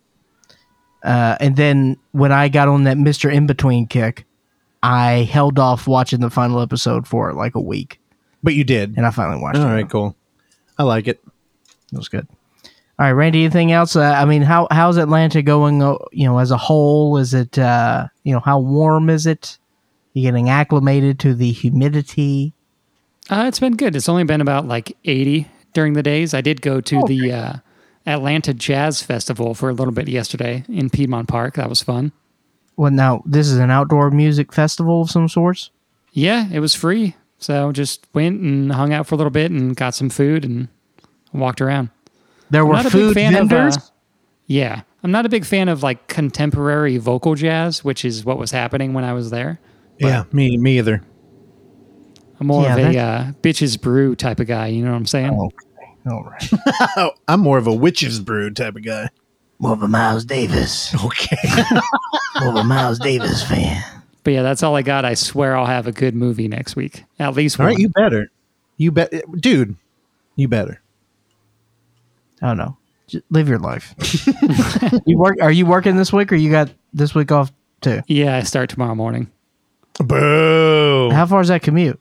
uh, and then when i got on that mr in-between kick i held off watching the final episode for like a week But you did. and i finally watched All it right, cool. I like it. it was good all right randy anything else uh, i mean how how's atlanta going uh, you know as a whole is it uh you know how warm is it you getting acclimated to the humidity Uh, it's been good. It's only been about like 80 during the days. I did go to Oh, the uh, Atlanta Jazz Festival for a little bit yesterday in Piedmont Park. That was fun. Well, now this is an outdoor music festival of some sorts. Yeah, it was free. So just went and hung out for a little bit and got some food and walked around. There were not a big food fan of, vendors. uh, Yeah. I'm not a big fan of like contemporary vocal jazz, which is what was happening when I was there. yeah, me me either. I'm more Yeah, of a that- uh, bitches brew type of guy. You know what I'm saying? All right, Oh, I'm more of a witch's brew type of guy. more of a Miles Davis, Okay. more of a Miles Davis fan. But yeah, that's all I got. I swear I'll have a good movie next week. At least All one. right, you better. You bet dude, you better. Oh no, Just live your life. you work? Are you working this week, or you got this week off too? yeah, I start tomorrow morning. Boo. How far is that commute?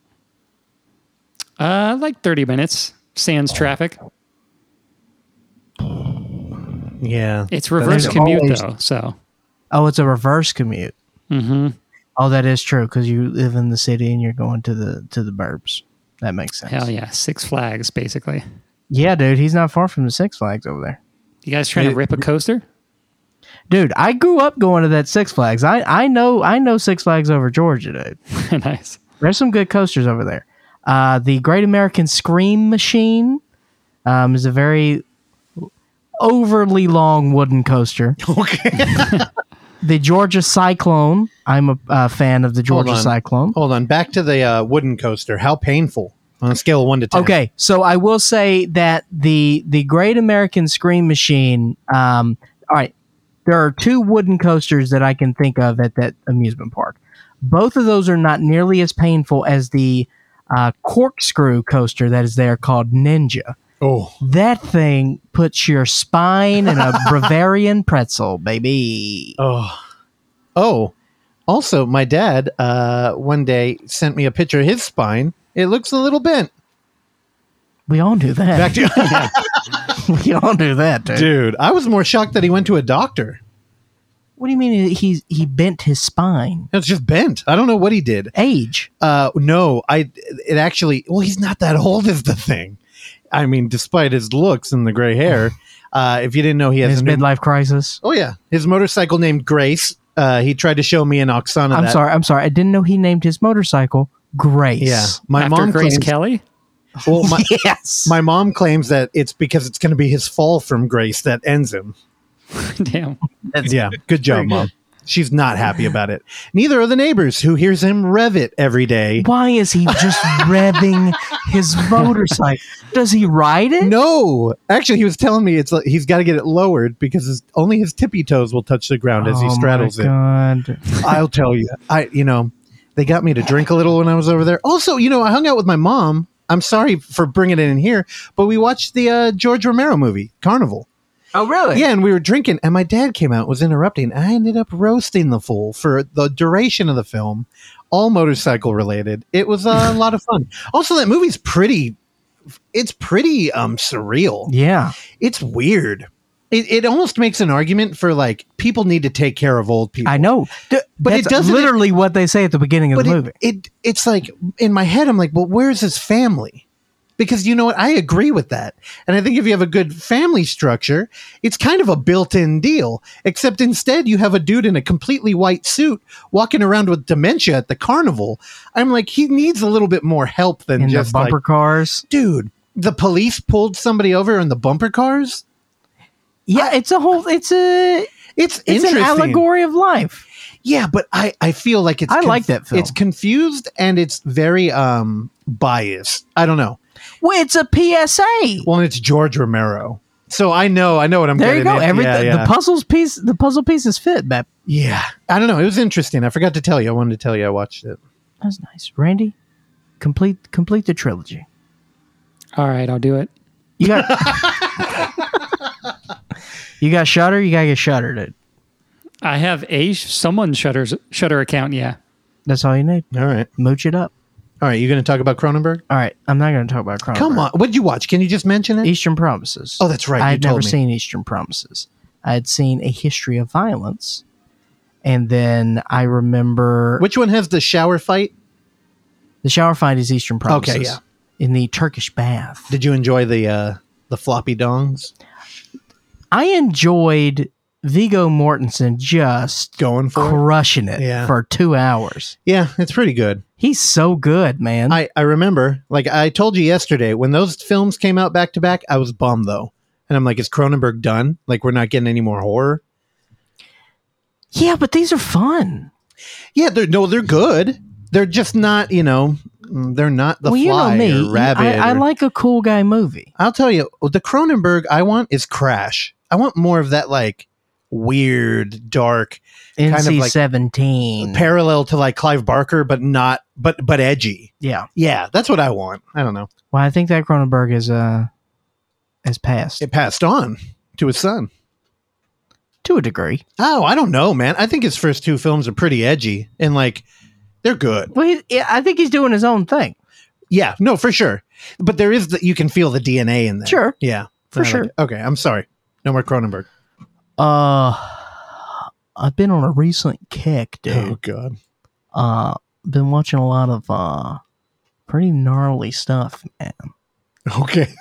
Uh, like 30 minutes. Sans traffic. Yeah. It's reverse commute always- though, so Oh, it's a reverse commute. Mm-hmm. Oh, that is true because you live in the city and you're going to the to the burbs. That makes sense. hell yeah, Six Flags basically. Yeah, dude, he's not far from the Six Flags over there. You guys trying to rip a coaster? Dude, I grew up going to that Six Flags. I, I know I know Six Flags over Georgia, dude. nice. There's some good coasters over there. Uh, the Great American Scream Machine um, is a very overly long wooden coaster. Okay. The Georgia Cyclone. I'm a, uh fan of the Georgia on. Cyclone. Hold on. Back to the uh, wooden coaster. How painful on a scale of one to ten? Okay, so I will say that the the Great American Scream Machine. Um, all right, there are two wooden coasters that I can think of at that amusement park. Both of those are not nearly as painful as the uh, corkscrew coaster that is there called Ninja. Oh, That thing puts your spine in a Bavarian pretzel, baby. oh, oh. Also, my dad uh, one day sent me a picture of his spine. It looks a little bent. We all knew that. Back to we all knew that, dude. dude. I was more shocked that he went to a doctor. What do you mean he he bent his spine? It's just bent. I don't know what he did. Age. Uh, no, I. It actually. Well, he's not that old. Is the thing. I mean, despite his looks and the gray hair, uh, if you didn't know, he has His a new- midlife crisis. Oh yeah, his motorcycle named Grace. Uh, he tried to show me and Oksana. I'm that. sorry. I'm sorry. I didn't know he named his motorcycle Grace. Yeah, my After mom Grace claims. Kelly? well, my, Yes. my mom claims that it's because it's going to be his fall from Grace that ends him. Damn. yeah, good job, mom. She's not happy about it. Neither are the neighbors who hears him rev it every day. Why is he just revving his motorcycle? Does he ride it? No, actually, he was telling me it's like he's got to get it lowered because his, only his tippy toes will touch the ground as he Oh straddles my it. God. I'll tell you. I you know, they got me to drink a little when I was over there. Also, you know, I hung out with my mom. I'm sorry for bringing it in here, but we watched the uh, George Romero movie, Carnival. Oh, really? Yeah, and we were drinking, and my dad came out, was interrupting. I ended up roasting the fool for the duration of the film, all motorcycle related. It was a lot of fun. Also, that movie's pretty. It's pretty um surreal. Yeah. It's weird. It, it almost makes an argument for like people need to take care of old people. I know. But but it it's doesn't- literally what they say at the beginning of but the it, movie. it it's like in my head i'm like well where's his family because you know what i agree with that and i think if you have a good family structure it's kind of a built-in deal except instead you have a dude in a completely white suit walking around with dementia at the carnival i'm like he needs a little bit more help than In the just bumper like cars. dude the police pulled somebody over in the bumper cars Yeah, it's a whole it's a it's it's an interesting. allegory of life. Yeah, but I I feel like it's I like that film. It's confused and it's very um biased. I don't know. Well, it's a PSA. Well, and it's George Romero. So I know, I know what I'm There you getting go. at. Yeah, Everything yeah. the puzzles piece the puzzle pieces fit, Bap. Yeah. I don't know. It was interesting. I forgot to tell you. I wanted to tell you I watched it. That's nice. Randy, complete complete the trilogy. All right, I'll do it. You got You got Shutter, you gotta get Shutter, dude. I have a sh- someone shutters shutter account. Yeah. That's all you need. All right. Mooch it up. All right. You're going to talk about Cronenberg? All right. I'm not gonna talk about Chrono. Come Trigger. on. What'd you watch? Can you just mention it? Eastern Promises. Oh, that's right. I You had told never me. seen Eastern Promises. I had seen A History of Violence, and then I remember Which one has the shower fight? the shower fight is Eastern Promises. yeah. In the Turkish bath, Did you enjoy the uh, the floppy dongs? I enjoyed Vigo Mortensen just Going for it? crushing it Yeah. for two hours. Yeah, it's pretty good. He's so good, man. I, I remember, like I told you yesterday, when those films came out back to back, I was bummed though. And I'm like, is Cronenberg done? Like, we're not getting any more horror? yeah, but these are fun. Yeah, they're no, they're good. They're just not, you know, mm, they're not the well, you know fly me. or rabbit. I, I or- like a cool guy movie. I'll tell you, the Cronenberg I want is Crash. I want more of that, like weird, dark, Kind of NC like- seventeen. parallel to like Clive Barker, but not, but but edgy. yeah. Yeah, that's what I want. I don't know. Well, I think that Cronenberg is uh has passed It passed on to his son. to a degree. Oh, I don't know, man. I think his first two films are pretty edgy and like they're good. Well, he, yeah, I think he's doing his own thing. Yeah, no, for sure. But there is that you can feel the DNA in there. Sure. Yeah, For I like sure. it. Okay, I'm sorry. No more Cronenberg. Uh, I've been on a recent kick, dude. Oh, God. Uh, been watching a lot of uh, pretty gnarly stuff, man. Okay.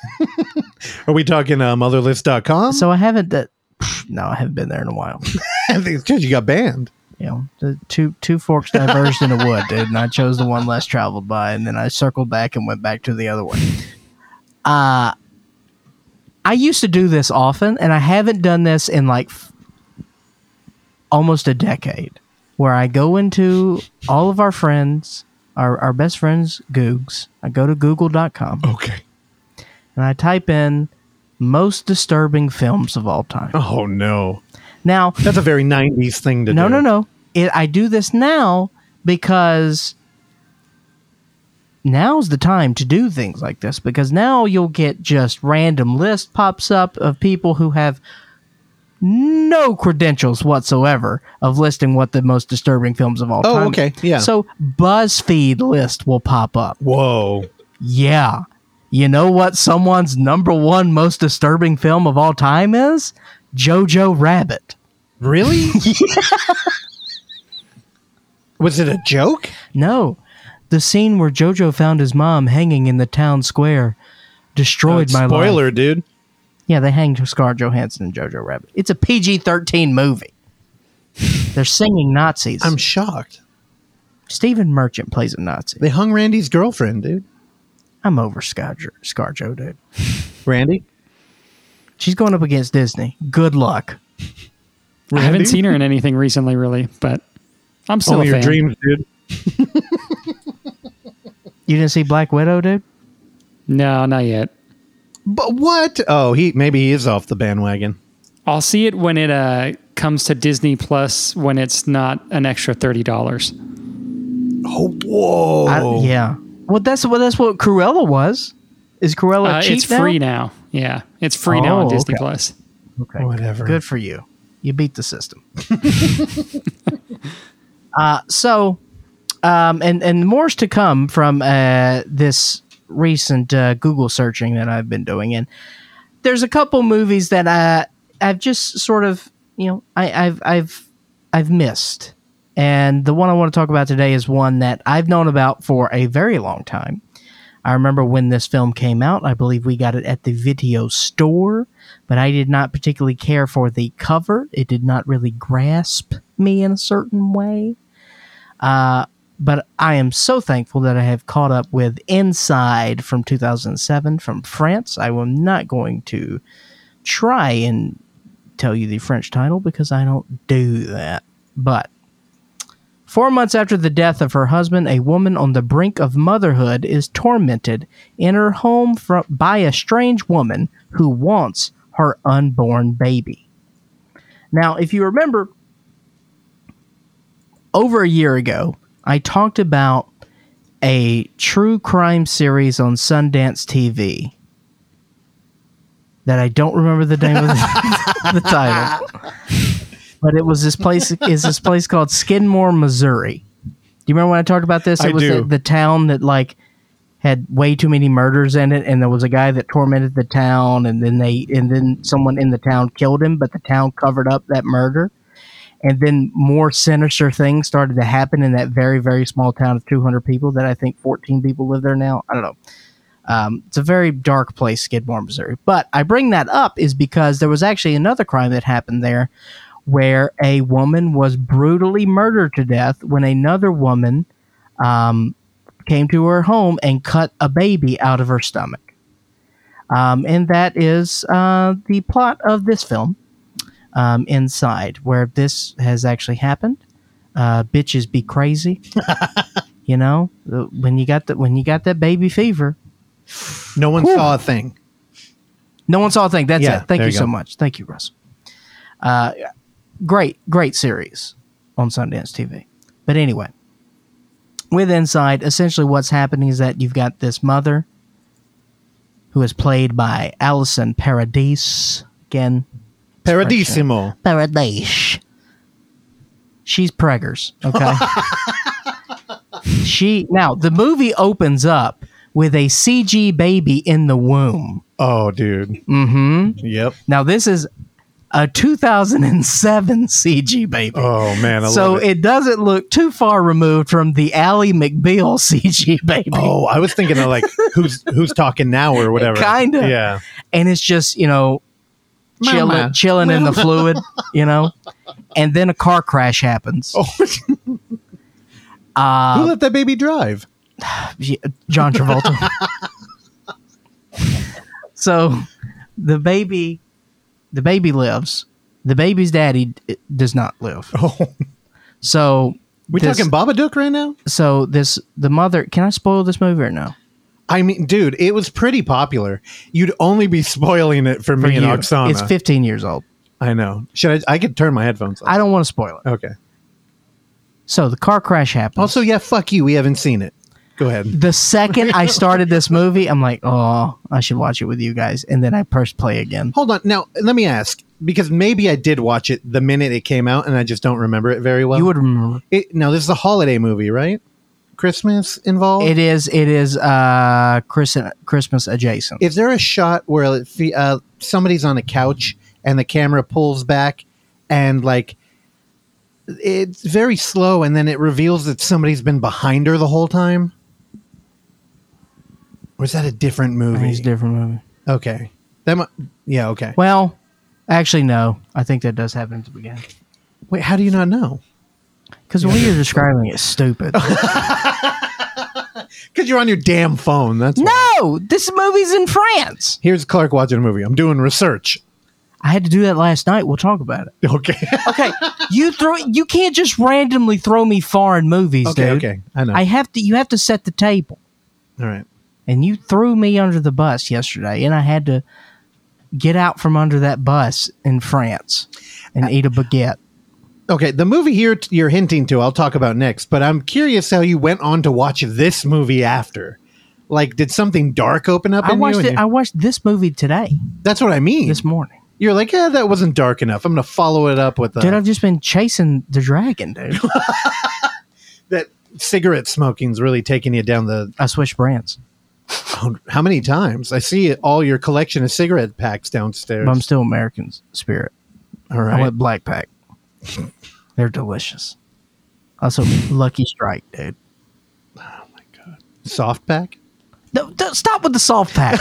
are we talking uh, motherless.com? So I haven't that. No, I haven't been there in a while. I think it's because you got banned. You know, the two two forks diverged into wood, dude, and I chose the one less traveled by, and then I circled back and went back to the other one. Uh I used to do this often, and I haven't done this in like f- almost a decade. Where I go into all of our friends, our, our best friends, Googs. I go to google.com Okay. and I type in most disturbing films of all time. Oh, no. Now, That's a very 90s thing to no, do. no, no. It, I do this now because now's the time to do things like this because now you'll get just random list pops up of people who have no credentials whatsoever of listing what the most disturbing films of all Oh, time. okay. Yeah. So BuzzFeed list will pop up. Whoa. Yeah. You know what someone's number one most disturbing film of all time is? Jojo Rabbit. Really? Was it a joke? No. The scene where Jojo found his mom hanging in the town square destroyed Uh, my life. Spoiler, dude. Yeah, they hanged Scarlett Johansson and Jojo Rabbit. It's a PG 13 movie. They're singing Nazis. I'm shocked. Stephen Merchant plays a Nazi. They hung Randy's girlfriend, dude. I'm over Scarjo, Scarjo, dude. Randy? She's going up against Disney. Good luck. I Randy? haven't seen her in anything recently, really, but I'm still Only a your fan. dreams, dude. You didn't see Black Widow, dude? No, not yet. But what? Oh, he maybe he is off the bandwagon. I'll see it when it uh, comes to Disney Plus when it's not an extra thirty dollars. Oh, whoa! I- Oh. yeah. Well, that's what that's what Cruella was. Is Cruella Uh, cheap it's free now. Yeah, it's free now on Oh, Disney okay. Plus. Okay. Whatever. Good for you. You beat the system. uh, so, um, and and more's to come from uh, this recent uh, Google searching that I've been doing, and there's a couple movies that I I've just sort of you know I, I've I've I've missed, and the one I want to talk about today is one that I've known about for a very long time. I remember when this film came out. I believe we got it at the video store, but I did not particularly care for the cover. It did not really grasp me in a certain way. Uh, but I am so thankful that I have caught up with Inside from 2007 from France. I am not going to try and tell you the French title because I don't do that. But Four months after the death of her husband, a woman on the brink of motherhood is tormented in her home fro- by a strange woman who wants her unborn baby. Now, if you remember, over a year ago, I talked about a true crime series on Sundance TV that I don't remember the name of the, the title. But it was this place is this place called Skidmore, Missouri. Do you remember when I talked about this? It I was do. The, the town that like had way too many murders in it and there was a guy that tormented the town and then they and then someone in the town killed him but the town covered up that murder and then more sinister things started to happen in that very very small town of 200 people that i think 14 people live there now i don't know um, it's a very dark place skidmore missouri but i bring that up is because there was actually another crime that happened there where a woman was brutally murdered to death when another woman um, came to her home and cut a baby out of her stomach um, and that is uh, the plot of this film um, inside where this has actually happened. Uh, bitches be crazy, you know. uh, When you got that, when you got that baby fever, No one saw a thing. no one saw a thing. That's Yeah, it. Thank there you, you so go. much. Thank you, Russell. Uh, great, great series on Sundance TV. But anyway, with Inside, essentially what's happening is that you've got this mother who is played by Allison Paradis again. Paradissimo. Paradise. She's preggers. Okay. she now the movie opens up with a CG baby in the womb. Oh, dude. Mm-hmm. Yep. Now this is a 2007 CG baby. Oh man, I so love it. it. doesn't look too far removed from the Ally McBeal CG baby. Oh, I was thinking of like who's who's talking now or whatever. Kinda. Yeah. and it's just you know Mama. chilling chilling in the fluid you know and then a car crash happens Oh. Uh, Who let that baby drive? Yeah, john travolta so the baby the baby lives the baby's daddy d- does not live Oh, so we this, talking Babadook right now? so this the mother can i spoil this movie or no I mean, dude, it was pretty popular. You'd only be spoiling it for, me and You. Oksana. it's 15 years old I know. Should I? I could turn my headphones off. i don't want to spoil it okay. so the car crash happens Also, yeah, fuck you. We haven't seen it. Go ahead. the second I started this movie, I'm like, oh, I should watch it with you guys. And then I press play again. Hold on. Now, let me ask because maybe I did watch it the minute it came out, and I just don't remember it very well. You would remember. It, now, this is a holiday movie, right? Christmas involved. It is it is uh Chris, Christmas adjacent. is there a shot where it fe- uh, somebody's on a couch and the camera pulls back and like it's very slow and then it reveals that somebody's been behind her the whole time or is that a different movie It's a different movie. okay that mu- yeah okay Well, actually no. I think that does happen at the beginning. wait how do you not know Because the way you're describing it is stupid. because you're on your damn phone that's why. no, this movie's in France. here's clark watching a movie i'm doing research I had to do that last night. We'll talk about it. okay Okay. you throw you can't just randomly throw me foreign movies, okay dude. okay i know I have to you have to set the table. all right and you threw me under the bus yesterday, and I had to get out from under that bus in France and eat a baguette. Okay, the movie here t- you're hinting to, I'll talk about next, but I'm curious how you went on to watch this movie after. Like, did something dark open up? I in you watched and it, you- I watched this movie today, That's what I mean. this morning. You're like, yeah, that wasn't dark enough. I'm gonna follow it up with uh, Dude, I've just been chasing the dragon, dude. that cigarette smoking's really taking you down the. I switched brands, How many times? I see all your collection of cigarette packs downstairs. but I'm still American spirit. all right, I went black pack. They're delicious. Also, Lucky Strike, dude. soft pack. No, don't- stop with the soft pack.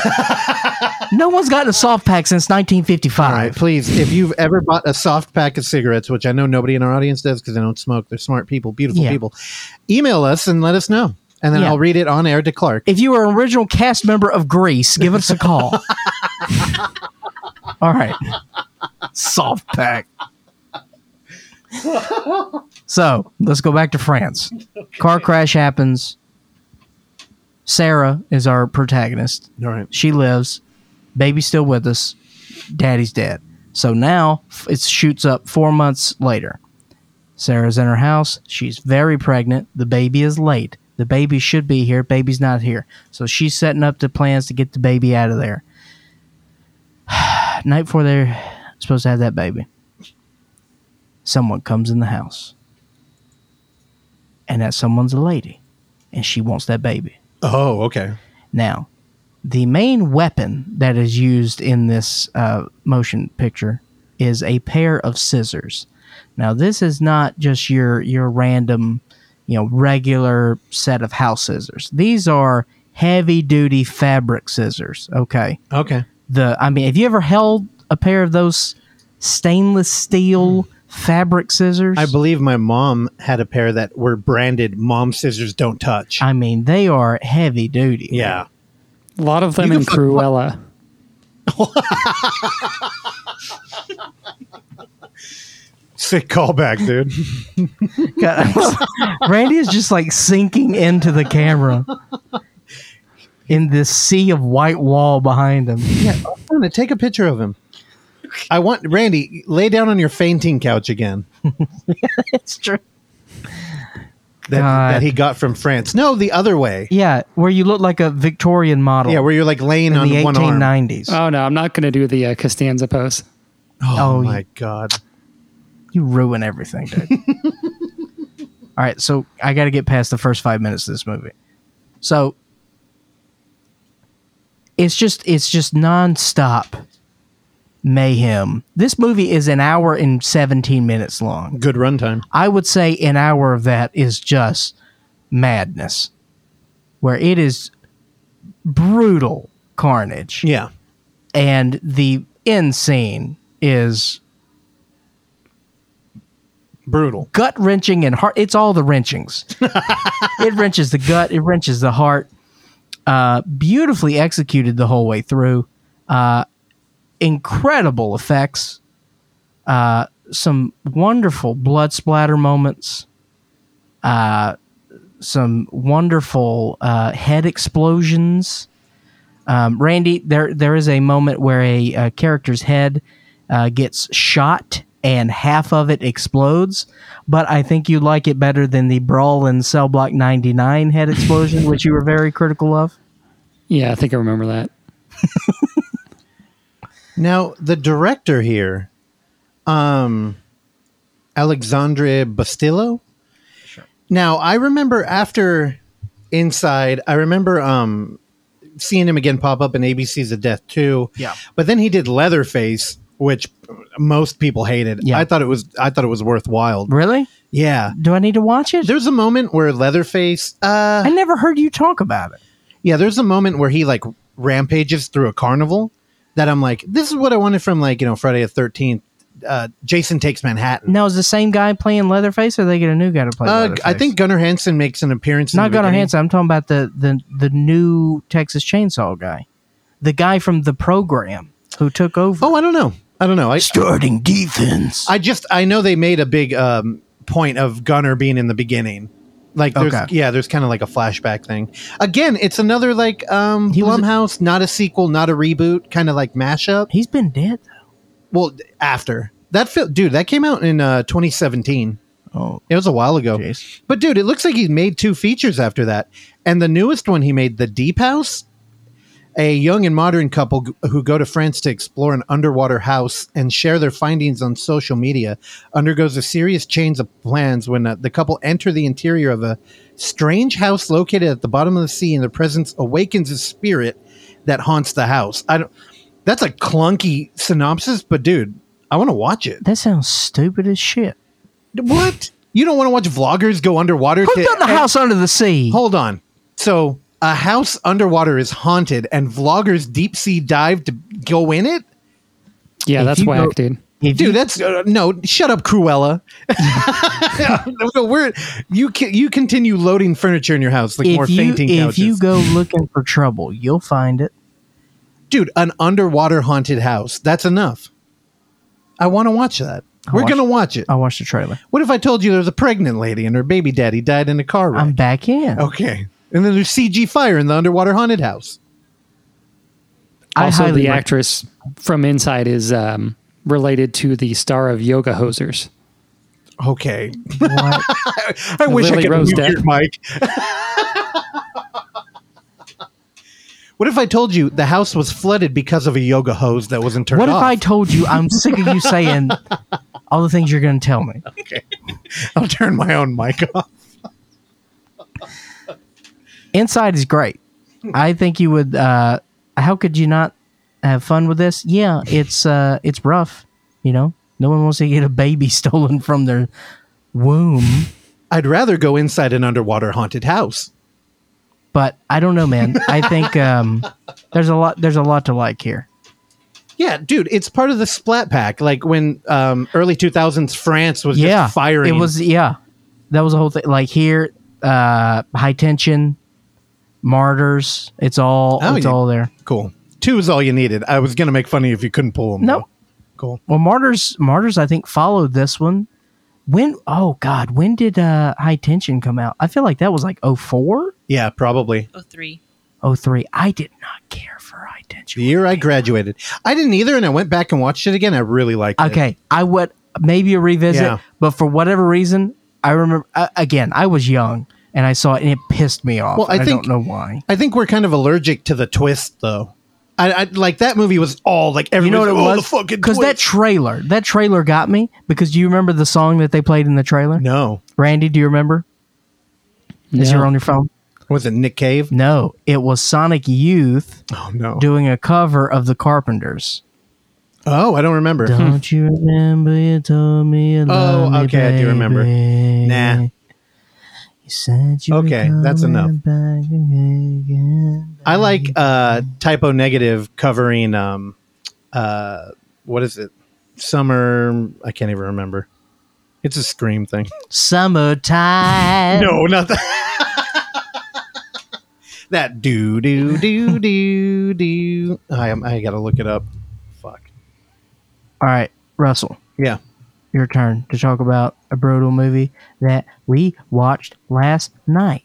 no one's gotten a soft pack since 1955. All right, please. If you've ever bought a soft pack of cigarettes, which I know nobody in our audience does because they don't smoke, they're smart people, beautiful Yeah. people. Email us and let us know, and then Yeah. I'll read it on air to Clark. if you were an original cast member of Grease, give us a call. All right. Soft pack. So let's go back to France. Car crash happens. Sarah is our protagonist. All right. She lives. Baby's still with us. Daddy's dead. So now f- it shoots up four months later. Sarah's in her house. She's very pregnant. The baby is late. The baby should be here. Baby's not here. So she's setting up the plans to get the baby out of there. Night before they're supposed to have that baby, someone comes in the house. And that someone's a lady. And she wants that baby. Oh, okay. Now, the main weapon that is used in this uh, motion picture is a pair of scissors. Now, this is not just your your random, you know, regular set of house scissors. These are heavy duty fabric scissors. Okay, Okay. the I mean, have you ever held a pair of those stainless steel fabric scissors? I believe my mom had a pair that were branded "Mom Scissors Don't Touch." I mean, they are heavy duty. yeah. A lot of them in Cruella. Sick callback, dude. Randy is just like sinking into the camera in this sea of white wall behind him. yeah. I'm gonna take a picture of him. I want Randy lay down on your fainting couch again It's true. that, God. that he got from France. No, the other way. Yeah, where you look like a Victorian model Yeah, where you're like laying in on the one arm. 1890s. Oh no, I'm not going to do the uh, Costanza pose. Oh, Oh, my god. you ruin everything, dude. All right, so I got to get past the first five minutes of this movie. So it's just it's just nonstop mayhem. This movie is an hour and seventeen minutes long. Good runtime. I would say an hour of that is just madness, where it is brutal carnage, Yeah. and the end scene is Brutal. gut wrenching and heart. It's all the wrenchings. it wrenches the gut. It wrenches the heart. Uh, beautifully executed the whole way through. Uh, incredible effects. Uh, some wonderful blood splatter moments. Uh, some wonderful uh, head explosions. Um, Randy, there there is a moment where a, uh character's head uh, gets shot and half of it explodes, but I think you like it better than the brawl in Cell Block 99 head explosion, which you were very critical of. Yeah, I think I remember that. Now the director here, um, Alexandre Bastillo. Now I remember after Inside, I remember um seeing him again pop up in ABC's of Death too. Yeah. but then he did Leatherface, which most people hated. Yeah. I thought it was I thought it was worthwhile. Really? Yeah, Do I need to watch it? there's a moment where Leatherface, uh, I never heard you talk about it. yeah, there's a moment where he like rampages through a carnival that I'm like, this is what I wanted from like, you know, Friday the 13th. Uh, Jason takes Manhattan. Now, is the same guy playing Leatherface, or they get a new guy to play? Uh, Leatherface? I think Gunnar Hansen makes an appearance. in not the Gunnar beginning. Hansen. I'm talking about the, the the new Texas Chainsaw guy, the guy from the program who took over. Oh, I don't know. I don't know. I, starting defense. I just, I know they made a big um, point of Gunnar being in the beginning. Like, there's, Okay. yeah, there's kind of like a flashback thing. Again, it's another like um, He was a- Blumhouse, not a sequel, not a reboot, kind of like mashup. He's been dead. Well, after that, fil- dude, that came out in uh, 2017. Oh, It was a while ago. Jeez. But dude, it looks like he made two features after that. And the newest one he made, The Deep House, a young and modern couple g- who go to France to explore an underwater house and share their findings on social media, undergoes a serious change of plans when uh, the couple enter the interior of a strange house located at the bottom of the sea and their presence awakens a spirit that haunts the house. I don't That's a clunky synopsis, but dude, I want to watch it. that sounds stupid as shit. What? You don't want to watch vloggers go underwater? Who to- built the house under the sea? Hold on. So a house underwater is haunted, and vloggers deep sea dive to go in it. Yeah, If that's you go- whack, dude. If you- Dude, that's uh, no. Shut up, Cruella. We're, you can, you continue loading furniture in your house like more if you fainting if couches. you go looking for trouble, you'll find it. Dude, an underwater haunted house. That's enough. I want to watch that. We're watched- going to watch it. I watched the trailer. What if I told you there was a pregnant lady and her baby daddy died in a car wreck? I'm back in. okay. And then there's CG fire in the underwater haunted house. I Also, highly the rec- actress from Inside is um, related to the star of Yoga Hosers. Okay. What? I The wish I Lily could Rose mute death. your mic. what if I told you the house was flooded because of a yoga hose that wasn't turned What if off? I told you I'm sick of you saying all the things you're going to tell me? I'll turn my own mic off. Inside is great. I think you would. Uh, how could you not have fun with this? Yeah, it's uh, it's rough. You know, no one wants to get a baby stolen from their womb. I'd rather go inside an underwater haunted house. But I don't know, man. I think um, there's a lot. There's a lot to like here. Yeah, dude, it's part of the splat pack. Like when um, early 2000s France was yeah, just firing. It was yeah. That was a whole thing. Like here, uh, high tension, martyrs. It's all. Oh, it's you- all there. cool. Two is all you needed. I was going to make fun of you if you couldn't pull them. Nope. though. Cool. Well, martyrs, martyrs, I think followed this one. When? Oh God, when did uh, High Tension come out? I feel like that was like 04? Yeah, probably. Oh, three. 03. I did not care for High Tension. The year I graduated. I didn't either, and I went back and watched it again. I really liked it. Okay, I would maybe a revisit, Yeah. but for whatever reason, I remember uh, again. I was young and I saw it, and it pissed me off. Well, I and think- don't know why. I think we're kind of allergic to the twist, though. I, I like that movie was all like You know everyone. what it The was? fucking Because that twist." trailer, that trailer got me. Because do you remember the song that they played in the trailer? no, Randy, do you remember? Is No. it on your phone? was it Nick Cave? No, it was Sonic Youth. Oh no. doing a cover of the Carpenters. oh, I don't remember. Don't you remember you told me you love me, Oh, okay, I do remember. baby? Nah. You said you Okay, were that's enough. coming back again. I like uh typo negative covering um uh what is it? Summer I can't even remember. It's a scream thing. Summertime. No, not that. that do do do do do. I am I gotta look it up. Fuck. All right, Russell, Yeah. your turn to talk about a brutal movie that we watched last night.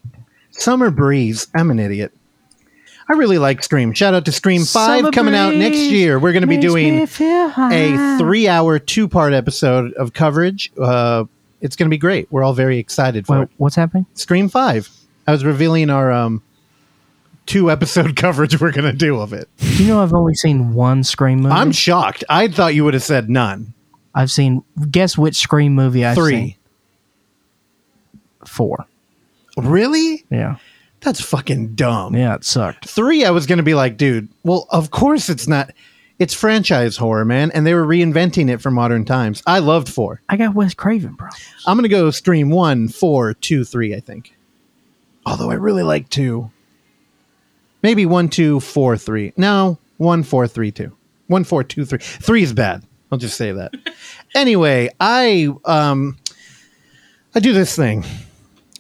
Summer Breeze. I'm an idiot. I really like Scream. Shout out to Scream 5 Summer coming out next breeze year. We're going to be makes me doing feel a high. three hour, two part episode of coverage. Uh, it's going to be great. We're all very excited for Wait, it. what's happening? Scream 5. I was revealing our um, two episode coverage we're going to do of it. You know, I've only seen one Scream movie. I'm shocked. I thought you would have said none. I've seen. Guess which Scream movie I've seen? Three. Four. Really? Yeah. That's fucking dumb. Yeah, it sucked. Three, I was going to be like, dude, well, of course it's not. It's franchise horror, man. And they were reinventing it for modern times. I loved four. I got Wes Craven, bro. I'm gonna go stream one, four, two, three. I think. Although I really like two. Maybe one, two, four, three. No, one, four, three, two. One, four, two, three. Three is bad. I'll just say that. anyway, I um, I do this thing.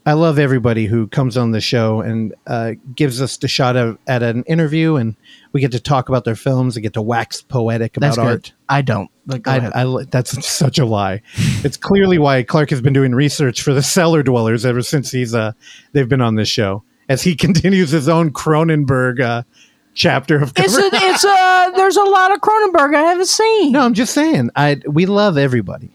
I love everybody who comes on the show and uh, gives us the shot of, at an interview, and we get to talk about their films and get to wax poetic about That's good. art. I don't. Like, I, I, li- that's such a lie. It's clearly why Clark has been doing research for the cellar dwellers ever since he's uh they've been on this show. As he continues his own Cronenberg uh, chapter of it's a, cover- it's a. There's a lot of Cronenberg I haven't seen. no, I'm just saying. I we love everybody,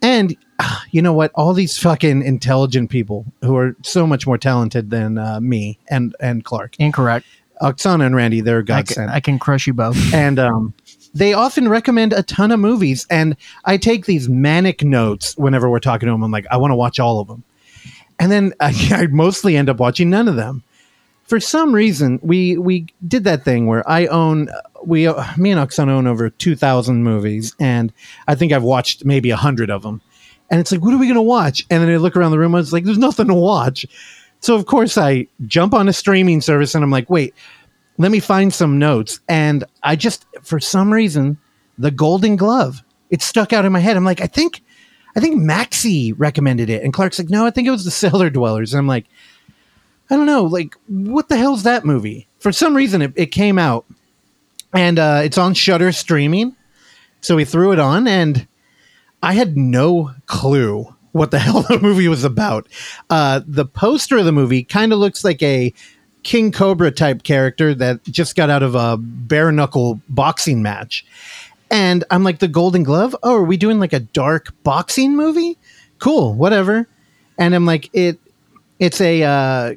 and ah, you know what? All these fucking intelligent people who are so much more talented than uh, me and and Clark, incorrect. Oksana and Randy, they're I a can, godsend. I can crush you both. and um, they often recommend a ton of movies. And I take these manic notes whenever we're talking to them. I'm like, I want to watch all of them, and then I, I mostly end up watching none of them. For some reason, we we did that thing where I own uh, we me and Oksana own over two thousand movies, and I think I've watched maybe a hundred of them. And it's like, what are we gonna watch? And then I look around the room, I was like, there's nothing to watch. So of course I jump on a streaming service, and I'm like, wait, let me find some notes. And I just, for some reason, the Golden Glove, it stuck out in my head. I'm like, I think, I think Maxie recommended it. And Clark's like, no, I think it was the Cellar Dwellers. And I'm like, I don't know, like, what the hell's that movie? For some reason, it, it came out and uh, it's on Shutter streaming. So we threw it on and I had no clue what the hell the movie was about. Uh, the poster of the movie kind of looks like a King Cobra type character that just got out of a bare knuckle boxing match. And I'm like, the Golden Glove? Oh, are we doing like a dark boxing movie? Cool, whatever. And I'm like, it. It's a uh,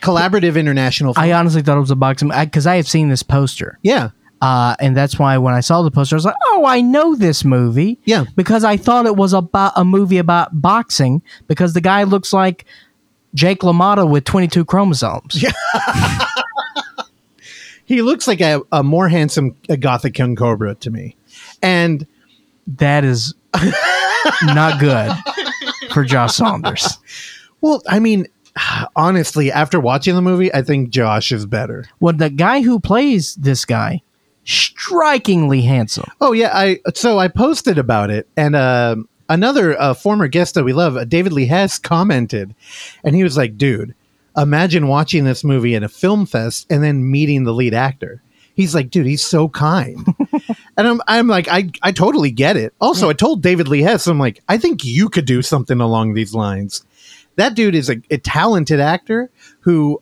collaborative international. Film. I honestly thought it was a boxing because I, have seen this poster, yeah, uh, and that's why when I saw the poster, I was like, "Oh, I know this movie." Yeah. because I thought it was about a movie about boxing because the guy looks like Jake LaMotta with twenty-two chromosomes. Yeah, he looks like a, a more handsome uh, gothic King Cobra to me, and. that is not good for Josh Saunders. Well, I mean, honestly, after watching the movie, I think Josh is better. Well, the guy who plays this guy, strikingly handsome. Oh yeah, I so I posted about it, and uh, another uh, former guest that we love, uh, David Lee Hess, commented, and he was like, "Dude, imagine watching this movie in a film fest and then meeting the lead actor." He's like, "Dude, he's so kind," and I'm, I'm like, I, I totally get it. Also, I told David Lee Hess, I'm like, I think you could do something along these lines. That dude is a, a talented actor who,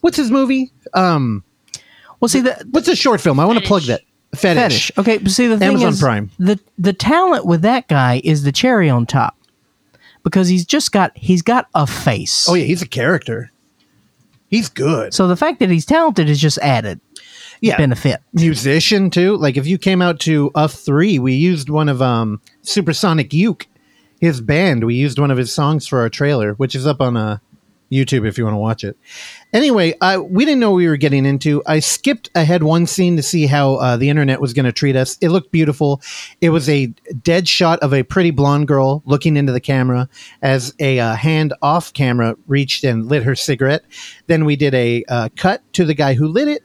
what's his movie? Um, Well, see the what's a short film? I want to plug that fetish. Okay, but see the thing Amazon is, Prime. The the talent with that guy is the cherry on top because he's just got he's got a face. Oh yeah, he's a character. He's good. So the fact that he's talented is just added yeah, benefit. musician too. Like if you came out to a three, we used one of um Supersonic Uke, his band. We used one of his songs for our trailer, which is up on uh, YouTube if you want to watch it. Anyway, I, we didn't know what we were getting into. I skipped ahead one scene to see how uh, the internet was going to treat us. It looked beautiful. It was a dead shot of a pretty blonde girl looking into the camera as a uh, hand off camera reached and lit her cigarette. Then we did a uh, cut to the guy who lit it,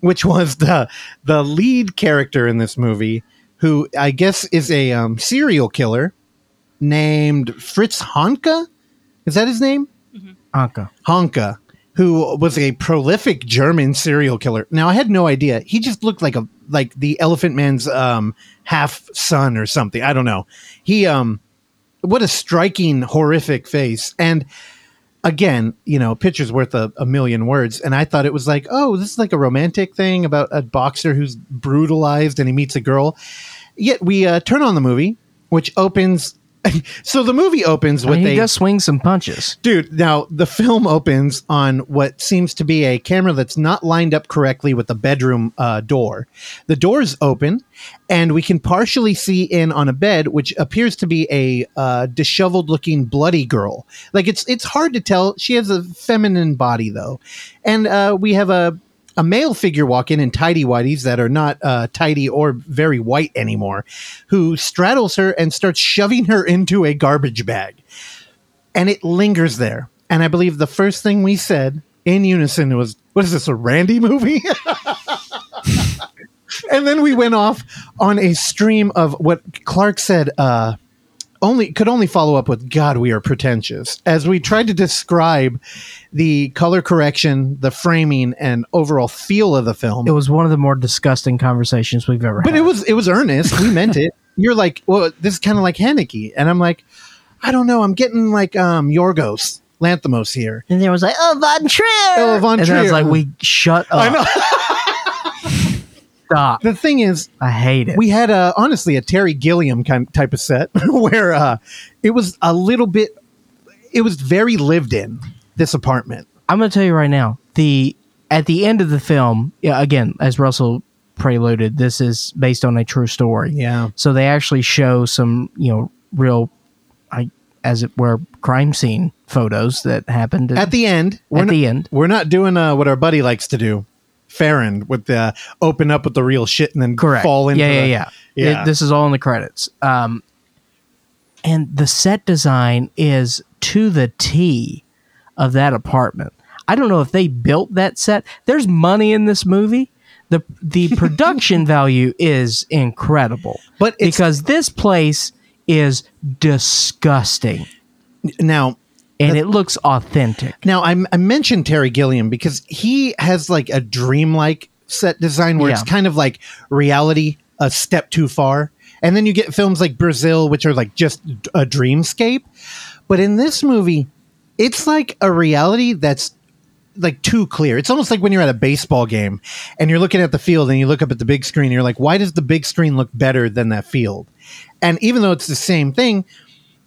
which was the the lead character in this movie, who I guess is a um, serial killer named Fritz Honka. Is that his name? Anka. Honka, who was a prolific German serial killer. Now I had no idea. He just looked like a like the Elephant Man's um, half son or something. I don't know. He um, what a striking, horrific face. And again, you know, a picture's worth a, a million words. And I thought it was like, oh, this is like a romantic thing about a boxer who's brutalized and he meets a girl. Yet we uh, turn on the movie, which opens. so the movie opens with And a he does swing some punches. Dude, now the film opens on what seems to be a camera that's not lined up correctly with the bedroom uh, door. The door's open, and we can partially see in on a bed, which appears to be a uh, disheveled-looking, bloody girl. Like it's it's hard to tell. She has a feminine body though, and uh, we have a a male figure walk in in tidy whities that are not uh, tidy or very white anymore, who straddles her and starts shoving her into a garbage bag and it lingers there. And I believe the first thing we said in unison was, "What is this a Randy movie?" and then we went off on a stream of what Clark said. Uh, only could only follow up with God, we are pretentious as we tried to describe the color correction, the framing, and overall feel of the film. It was one of the more disgusting conversations we've ever But had. it was it was earnest. We meant it. You're like, well, this is kind of like Haneke, and I'm like, I don't know. I'm getting like um Yorgos Lanthimos here. and there was like, oh, Von Trier. Oh, Von And then I was Trier. like, we shut up. Stop. The thing is, I hate it. we had a honestly a Terry Gilliam kind type of set where uh, it was a little bit, it was very lived in this apartment. I'm going to tell you right now. The at the end of the film, yeah, again, as Russell preluded, this is based on a true story. Yeah, So they actually show some, you know, real, I as it were, crime scene photos that happened at the end, we're At not, the end. we're not doing uh, what our buddy likes to do, Farron, with the open up with the real shit and then correct. fall into yeah, yeah, the- yeah. yeah. It- this is all in the credits. Um, and the set design is to the T of that apartment. I don't know if they built that set. There's money in this movie. the The production value is incredible, But it's- because this place is disgusting Now, and it looks authentic. Now I, I mentioned Terry Gilliam because he has like a dreamlike set design where it's Yeah. kind of like reality a step too far. And then you get films like Brazil, which are like just a dreamscape. But in this movie, it's like a reality that's like too clear. It's almost like when you're at a baseball game and you're looking at the field and you look up at the big screen and you're like, why does the big screen look better than that field? And even though it's the same thing,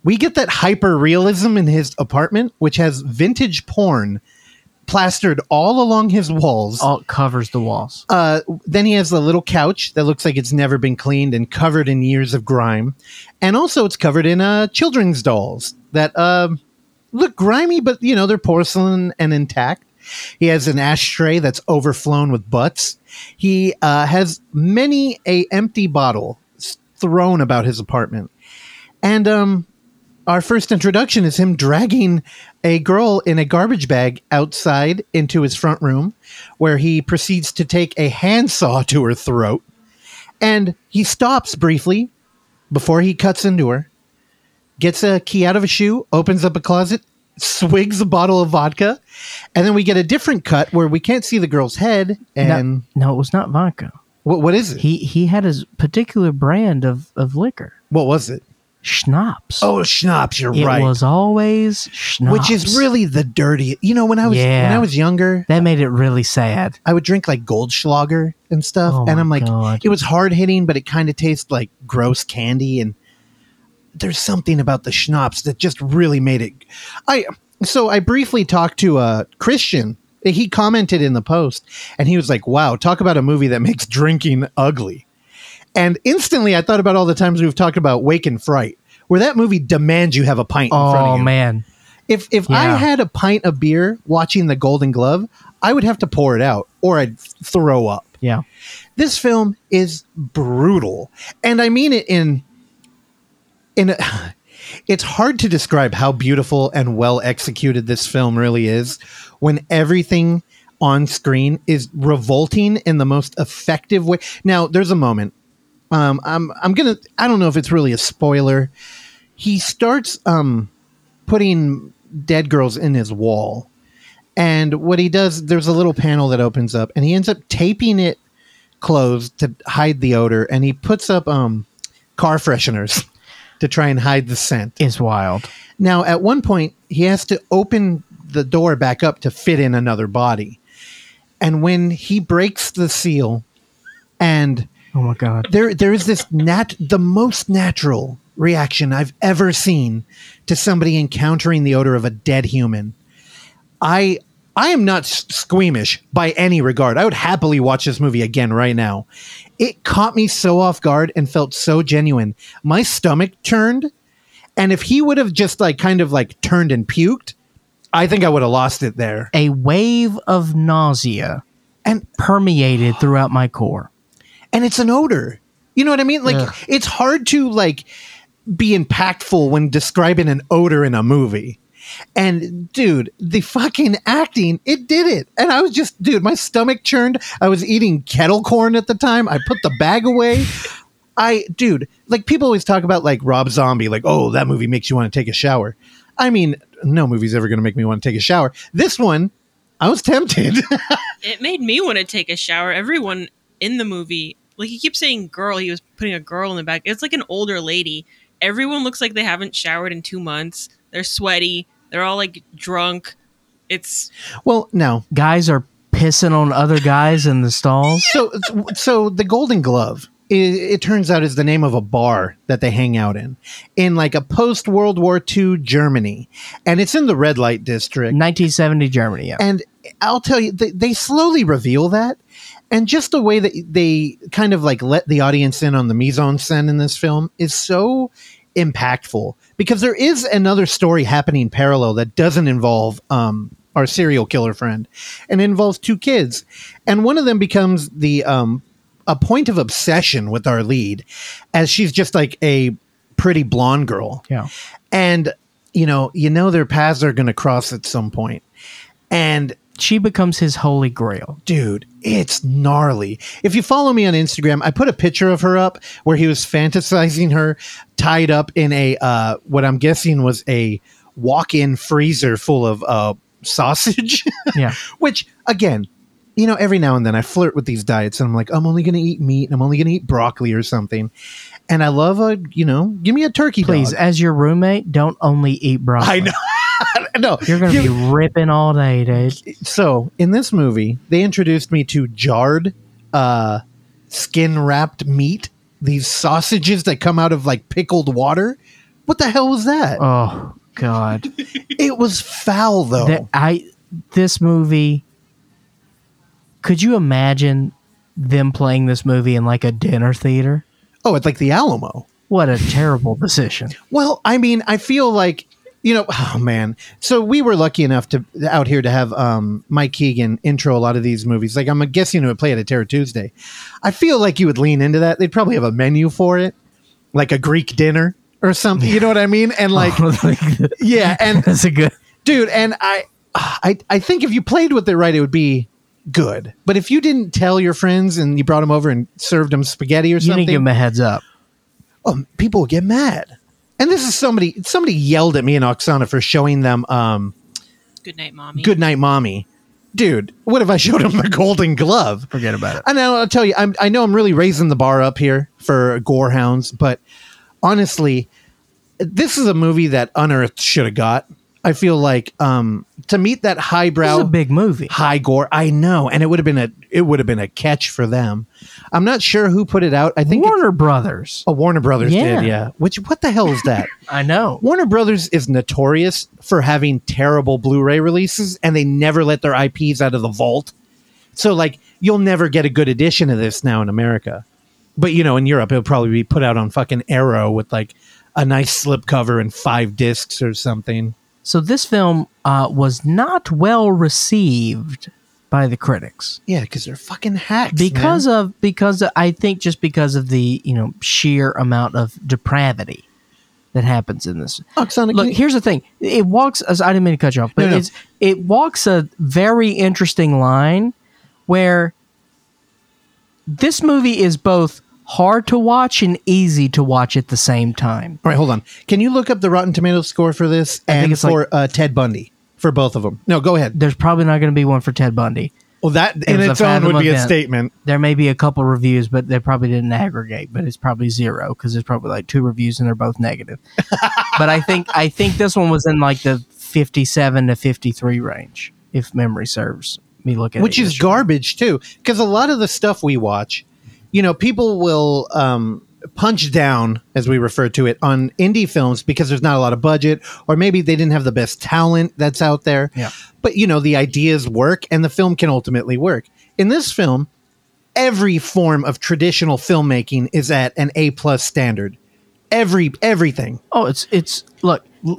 we get that hyper realism in his apartment, which has vintage porn plastered all along his walls. All covers the walls. Uh, then he has the little couch that looks like it's never been cleaned and covered in years of grime, and also it's covered in uh, children's dolls that uh, look grimy, but you know they're porcelain and intact. He has an ashtray that's overflown with butts. He uh, has many a empty bottle s- thrown about his apartment, and um, our first introduction is him dragging a girl in a garbage bag outside into his front room, where he proceeds to take a handsaw to her throat. And he stops briefly before he cuts into her, gets a key out of a shoe, opens up a closet, swigs a bottle of vodka, and then we get a different cut where we can't see the girl's head. And no, no, it was not vodka. what, what is it? He he had his particular brand of, of liquor, what was it? schnapps. Oh, schnapps. You're it right. was always schnapps, Which is really the dirty. You know, when I was Yeah. when I was younger, that made it really sad. I would drink like Goldschlager and stuff, Oh and my I'm like, God. it was hard hitting, but it kind of tastes like gross candy. And there's something about the schnapps that just really made it. I so I briefly talked to uh, Christian. He commented in the post, and he was like, "Wow, talk about a movie that makes drinking ugly." And instantly, I thought about all the times we've talked about Wake and Fright, where that movie demands you have a pint. in front Oh of you. man, If if I Yeah. had a pint of beer watching the Golden Glove, I would have to pour it out or I'd throw up. yeah. This film is brutal. And I mean it in in a, it's hard to describe how beautiful and well executed this film really is when everything on screen is revolting in the most effective way. Now, there's a moment. Um, I'm I'm gonna I don't know if it's really a spoiler. He starts um putting dead girls in his wall. And what he does, there's a little panel that opens up, and he ends up taping it closed to hide the odor, and he puts up um, car fresheners to try and hide the scent. It's wild. Now, at one point, he has to open the door back up to fit in another body. And when he breaks the seal, and Oh my god. there there is this nat the most natural reaction I've ever seen to somebody encountering the odor of a dead human. I I am not s- squeamish by any regard. I would happily watch this movie again right now. It caught me so off guard and felt so genuine. My stomach turned, and if he would have just like kind of like turned and puked, I think I would have lost it there. A wave of nausea And permeated throughout my core. and it's an odor. You know what I mean? Like Ugh. it's hard to like be impactful when describing an odor in a movie. And dude, the fucking acting, it did it. And I was just dude, my stomach churned. I was eating kettle corn at the time. I put the bag away. I dude, like people always talk about like Rob Zombie, like, oh, that movie makes you want to take a shower. I mean, no movie's ever gonna make me want to take a shower. This one, I was tempted. It made me want to take a shower. Everyone in the movie, like he keeps saying girl, he was putting a girl in the back. It's like an older lady. Everyone looks like they haven't showered in two months. They're sweaty. They're all like drunk. It's well, no. Guys are pissing on other guys in the stalls. so so the golden glove i it turns out is the name of a bar that they hang out in in like a post world war ii germany and it's in the red light district 1970 Germany. Yeah. and I'll tell you, they, they slowly reveal that, and just the way that they kind of like let the audience in on the mise en scène in this film is so impactful because there is another story happening parallel that doesn't involve um, our serial killer friend, and it involves two kids, and one of them becomes the um, a point of obsession with our lead, as she's just like a pretty blonde girl, yeah. and you know, you know, their paths are going to cross at some point. And She becomes his holy grail. dude, it's gnarly. If you follow me on Instagram, I put a picture of her up where he was fantasizing her tied up in a uh, what I'm guessing was a walk-in freezer full of uh, sausage. Yeah. Which again, you know, every now and then I flirt with these diets and I'm like, I'm only going to eat meat and I'm only going to eat broccoli or something. And I love a, you know, give me a turkey Please, dog. as your roommate, don't only eat broccoli. I know. no, You're going to be ripping all day, dude. so in this movie, they introduced me to jarred, uh, skin wrapped meat. These sausages that come out of like pickled water. What the hell was that? Oh, God. it was foul though. That I this movie. Could you imagine them playing this movie in like a dinner theater? oh, it's like the Alamo. What a terrible decision! Well, I mean, I feel like you know, oh man. So we were lucky enough to out here to have um, Mike Keegan intro a lot of these movies. Like I'm guessing it would play at a Terror Tuesday. I feel like you would lean into that. They'd probably have a menu for it, like a Greek dinner or something. You know what I mean? And like, yeah, and That's a good. dude, and I, I, I think if you played with it right, it would be good. But if you didn't tell your friends and you brought them over and served them spaghetti or You need to something, give them a heads up. oh, people would get mad. And this is somebody somebody yelled at me and Oksana for showing them um, Good night, mommy. "Good Night, Mommy." Dude, what if I showed him the Golden Glove? Forget about it. And I'll I'll tell you, I'm, I know I'm really raising the bar up here for Gorehounds, but honestly, this is a movie that Unearthed should have got. I feel like um, to meet that This highbrow is a big movie. high gore. I know, and it would have been a it would have been a catch for them. I'm not sure who put it out. I think it's- Warner Brothers. Oh, Warner Brothers Yeah. did, yeah. Which what the hell is that? I know. Warner Brothers is notorious for having terrible Blu-ray releases and they never let their IPs out of the vault. So like you'll never get a good edition of this now in America. But you know, in Europe it'll probably be put out on fucking Arrow with like a nice slipcover and five discs or something. So this film uh, was not well received by the critics Yeah, because they're fucking hacks. because man. of because of, I think just because of the you know sheer amount of depravity that happens in this. Oksana, Look, can you- here's the thing. It walks. as- I didn't mean to cut you off, but No, no. it's it walks a very interesting line where this movie is both hard to watch and easy to watch at the same time. All right, hold on. Can you look up the Rotten Tomatoes score for this and it's for like- uh, Ted Bundy for both of them? No, go ahead. There's probably not going to be one for Ted Bundy. Well, that in was a its own Fathom would be a event. statement. there may be a couple reviews, but they probably didn't aggregate. But it's probably zero because there's probably like two reviews and they're both negative. but I think I think this one was in like the 57 to 53 range, if memory serves me. Looking, which is garbage too because a lot of the stuff we watch you know people will um, punch down as we refer to it on indie films because there's not a lot of budget or maybe they didn't have the best talent that's out there Yeah. but you know the ideas work and the film can ultimately work in this film every form of traditional filmmaking is at an a plus standard every everything Oh, it's it's look. l-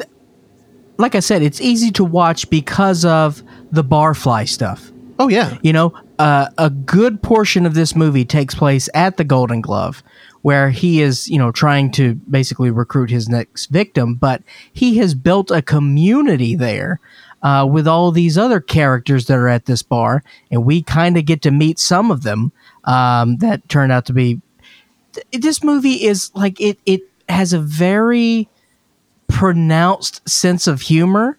Like I said, it's easy to watch because of the barfly stuff. oh yeah You know, uh, a good portion of this movie takes place at the Golden Glove, where he is, you know, trying to basically recruit his next victim, but he has built a community there. Uh, with all these other characters that are at this bar, and we kind of get to meet some of them um, that turned out to be. th- This movie is like it. It has a very pronounced sense of humor,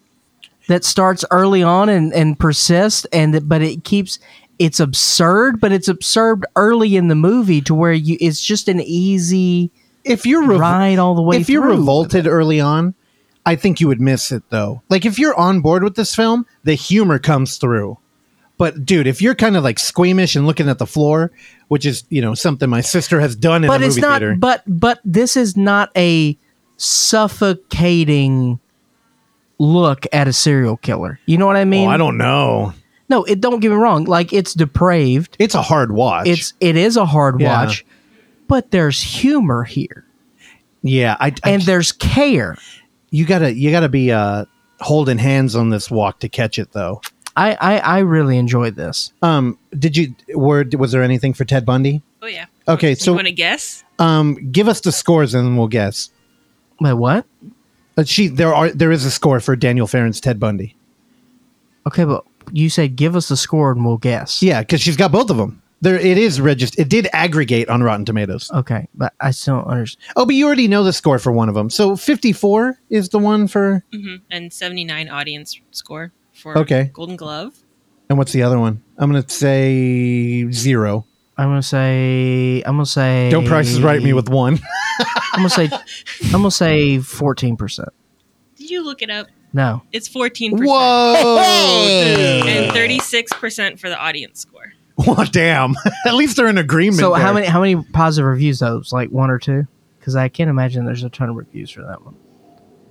that starts early on and, and persists and that- but it keeps it's absurd but it's absurd early in the movie to where you it's just an easy if you're revol- ride all the way if you're through. revolted early on i think you would miss it though like if you're on board with this film the humor comes through but dude if you're kind of like squeamish and looking at the floor which is you know something my sister has done in but the it's movie not theater but but this is not a suffocating look at a serial killer you know what i mean oh, i don't know no it don't get me wrong like it's depraved it's a hard watch it's it is a hard Yeah. watch but there's humor here yeah i, I and there's care you gotta you gotta be uh holding hands on this walk to catch it though i i, I really enjoyed this um did you were was there anything for ted bundy Oh yeah. okay you so want to guess? um give us the scores and then we'll guess wait what Uh, she there are there is a score for daniel farron's ted bundy Okay, but you said give us the score and we'll guess. Yeah, because she's got both of them. There, it is registered. It did aggregate on Rotten Tomatoes. Okay, but I still don't understand. Oh, but you already know the score for one of them. So fifty-four is the one for. And 79 audience score for Okay. Golden Glove. And what's the other one? I'm going to say zero. I'm gonna say. I'm gonna say. Don't price is right me with one. I'm gonna say. I'm gonna say fourteen percent. Did you look it up? No. It's 14%. Whoa! And 36% for the audience score. well, damn. At least they're in agreement. So how there. many how many positive reviews though? It's like one or two? Because I can't imagine there's a ton of reviews for that one.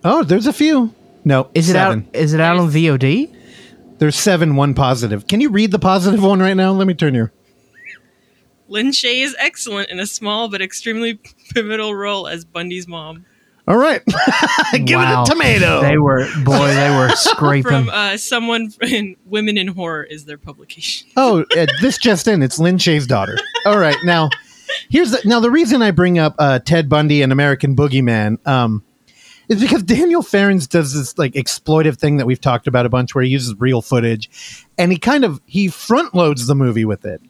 Oh, there's a few. No, Is it seven. out? Is it out on VOD? There's seven, one positive. Can you read the positive one right now? Let me turn here. Lynn Shay is excellent in a small but extremely pivotal role as Bundy's mom. All right. Give Wow. it a tomato. They were boy. They were From scraping. uh, someone in Women in Horror is their publication. oh, uh, this just in. It's Lynn Shay's daughter. All right. Now, here's the, now the reason I bring up uh, Ted Bundy and American Boogeyman um, is because Daniel Ferrens does this like exploitive thing that we've talked about a bunch where he uses real footage and he kind of he front loads the movie with it.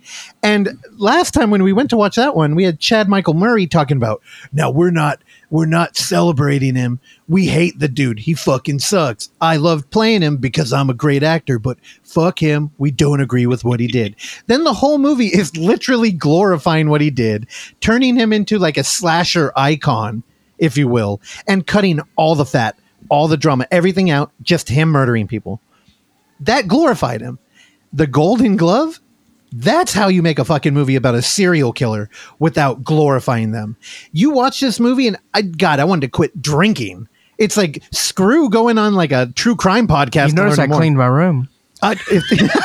And last time when we went to watch that one, we had Chad Michael Murray talking about, "Now we're not we're not celebrating him. We hate the dude. He fucking sucks. I loved playing him because I'm a great actor, but fuck him. We don't agree with what he did." then the whole movie is literally glorifying what he did, turning him into like a slasher icon, if you will, and cutting all the fat, all the drama, everything out, just him murdering people. That glorified him. The Golden Glove that's how you make a fucking movie about a serial killer without glorifying them. You watch this movie and I God, I wanted to quit drinking. It's like screw going on like a true crime podcast. You to notice learn I more. cleaned my room. Uh,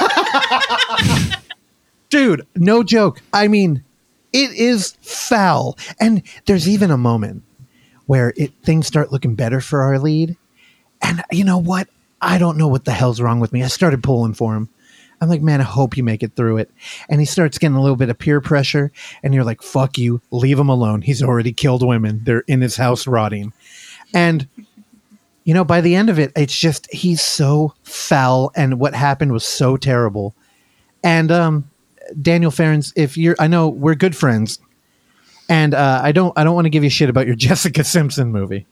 if- dude, no joke. I mean, it is foul. And there's even a moment where it things start looking better for our lead. And you know what? I don't know what the hell's wrong with me. I started pulling for him. I'm like, man, I hope you make it through it. And he starts getting a little bit of peer pressure. And you're like, fuck you, leave him alone. He's already killed women. They're in his house rotting. And you know, by the end of it, it's just he's so foul, and what happened was so terrible. And um, Daniel Ferrens, if you're, I know we're good friends, and uh, I don't, I don't want to give you shit about your Jessica Simpson movie.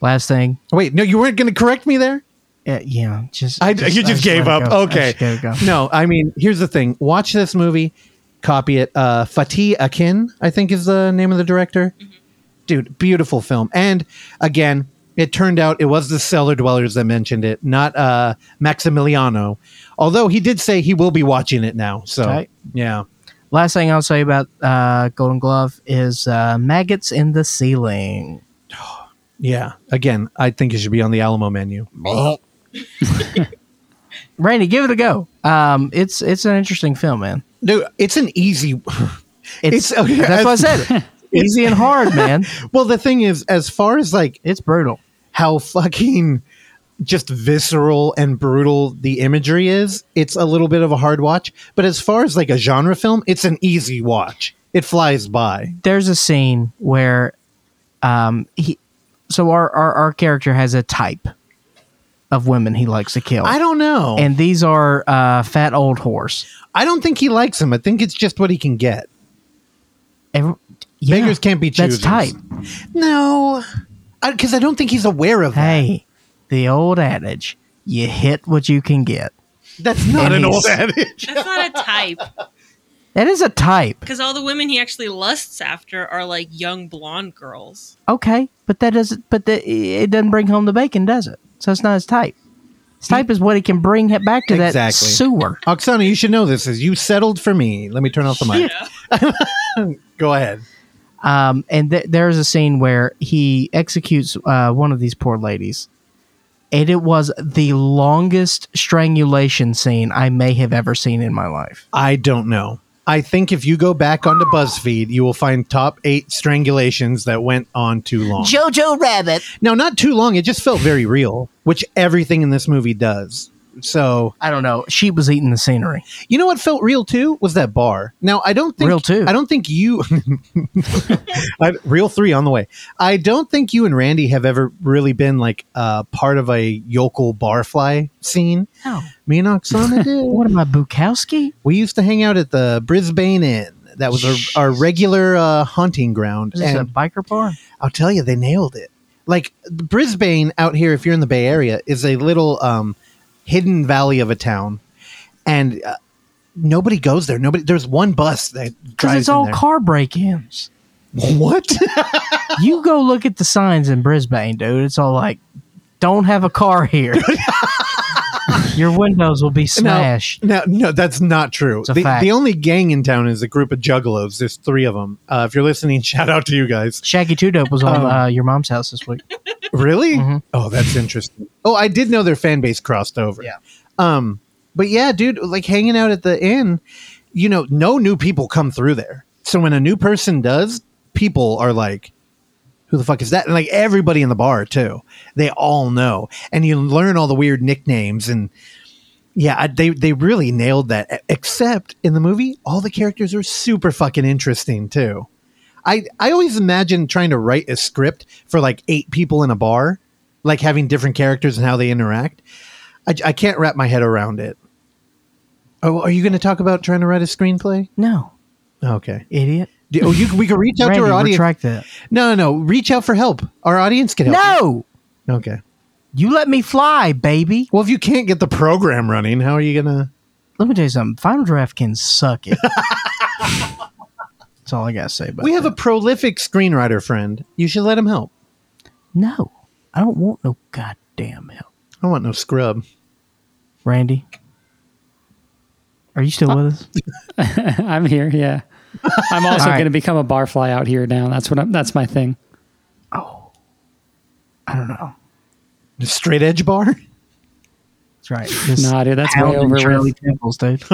Last thing. Wait, no, you weren't going to correct me there. Uh, yeah. Just. I, you just let gave it up. go. I Okay. just let it go. No, I mean, here's the thing. Watch this movie, copy it. Uh, Fatih Akin, I think, is the name of the director. Dude, beautiful film. And again, it turned out it was the cellar dwellers that mentioned it, not uh, Maximiliano. Although he did say he will be watching it now. So Okay. yeah, Last thing I'll say about uh, Golden Glove is uh, maggots in the ceiling. yeah. Again, I think it should be on the Alamo menu. Randy, give it a go. Um, it's it's an interesting film, man. Dude, it's an easy. It's, It's- okay, that's I- what I said. Easy and hard, man. well, the thing is, as far as like It's brutal. how fucking just visceral and brutal the imagery is. It's a little bit of a hard watch, but as far as like a genre film, it's an easy watch. It flies by. there's a scene where um he so our our, our character has a type of women he likes to kill I don't know. And and these are uh fat old horse I don't think he likes him. I think it's just what he can get. Every, yeah, Beggars can't be that's choosers. type No, because I, don't think he's aware of that. hey the old adage you hit what you can get That's not an he's- old adage. That's not a type. that is a type Because all the women he actually lusts after are like young blonde girls. okay but that doesn't but that it doesn't bring home the bacon does it so it's not his type his type is what he can bring it back to that Exactly. sewer Oksana, you should know this. Is you settled for me? Let me turn off the mic. Go ahead. Um, and th- there's a scene where he executes uh, one of these poor ladies. And it was the longest strangulation scene I may have ever seen in my life. I don't know. I think if you go back onto BuzzFeed, you will find top eight strangulations that went on too long. Jojo Rabbit. no, not too long. It just felt very real, which everything in this movie does. So I don't know. She was eating the scenery. you know what felt real too was that bar. Now I don't think Real too. I don't think you. I, real three on the way. I don't think you and Randy have ever really been like uh, part of a yokel barfly scene. No. Me and Oksana did. What am I, Bukowski? We used to hang out at the Brisbane Inn. That was our, our regular uh, hunting ground. Is this a And biker bar? I'll tell you, they nailed it. Like Brisbane out here, if you're in the Bay Area, is a little um, hidden valley of a town, and uh, nobody goes there. Nobody. There's one bus that Because drives. it's all in there. car break-ins. What? you go look at the signs in Brisbane, dude. It's all like, "Don't have a car here." Your windows will be smashed. No, no, no, that's not true. a the, fact. the only gang in town is a group of juggalos. There's three of them. Uh, if you're listening, shout out to you guys. Shaggy Two Dope was on Um, uh, your mom's house this week. Really? Oh, that's interesting. Oh, I did know their fan base crossed over. Yeah. Um, but yeah, dude, like hanging out at the inn, you know, no new people come through there. So when a new person does, people are like, who the fuck is that? And like everybody in the bar too, they all know, and you learn all the weird nicknames and yeah, I, they they really nailed that. e-, Except in the movie, all the characters are super fucking interesting too. I I always imagine trying to write a script for like eight people in a bar, like having different characters and how they interact. I, I can't wrap my head around it. Oh, are you going to talk about trying to write a screenplay? No, Oh, Okay. idiot. Do- Oh, you, we can reach out Randy, to our audience. retract that. No, no, no. Reach out for help. Our audience can help. No, No. Okay. you let me fly, baby. Well, if you can't get the program running, how are you gonna? Let me tell you something. Final Draft can suck it. That's all I gotta say about. We have that. a prolific screenwriter friend. You should let him help. no. I don't want no goddamn help, I want no scrub. Randy. Are you Uh, still with us? I'm here. Yeah, I'm also All right. going to become a barfly out here now. That's what I'm. That's my thing. I don't know. Straight edge bar. That's right. Just Nah, dude, that's way pounding over Shirley with. Temples, dude.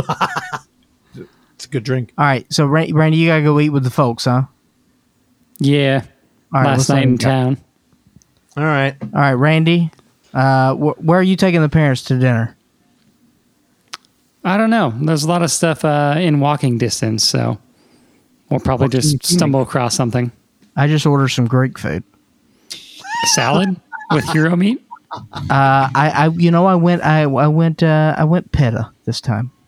It's a good drink. All right, so Ra- Randy, you gotta go eat with the folks, huh? Yeah, All right, last let's night let in him go. town. All right. All right, Randy, uh, wh- where are you taking the parents to dinner? I don't know. There's a lot of stuff uh, in walking distance, so we'll probably just stumble across something. I just ordered some Greek food. Salad with hero meat. Uh, I, I, you know, I went, I, I went, uh, I went pita this time.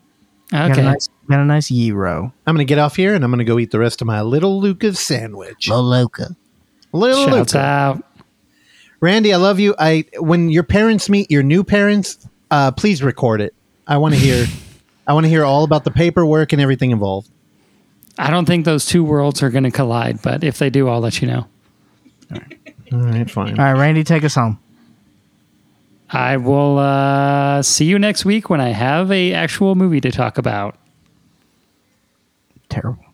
Got a Okay, nice, got a nice gyro. I'm gonna get off here and I'm gonna go eat the rest of my little Lucas sandwich. Loloka. Little shouts Luca. out. Randy, I love you. I when your parents meet your new parents, uh, please record it. I want to hear. I want to hear all about the paperwork and everything involved. I don't think those two worlds are going to collide, but if they do, I'll let you know. All right, fine. All right, Randy, take us home. I will uh, see you next week when I have a actual movie to talk about. Terrible.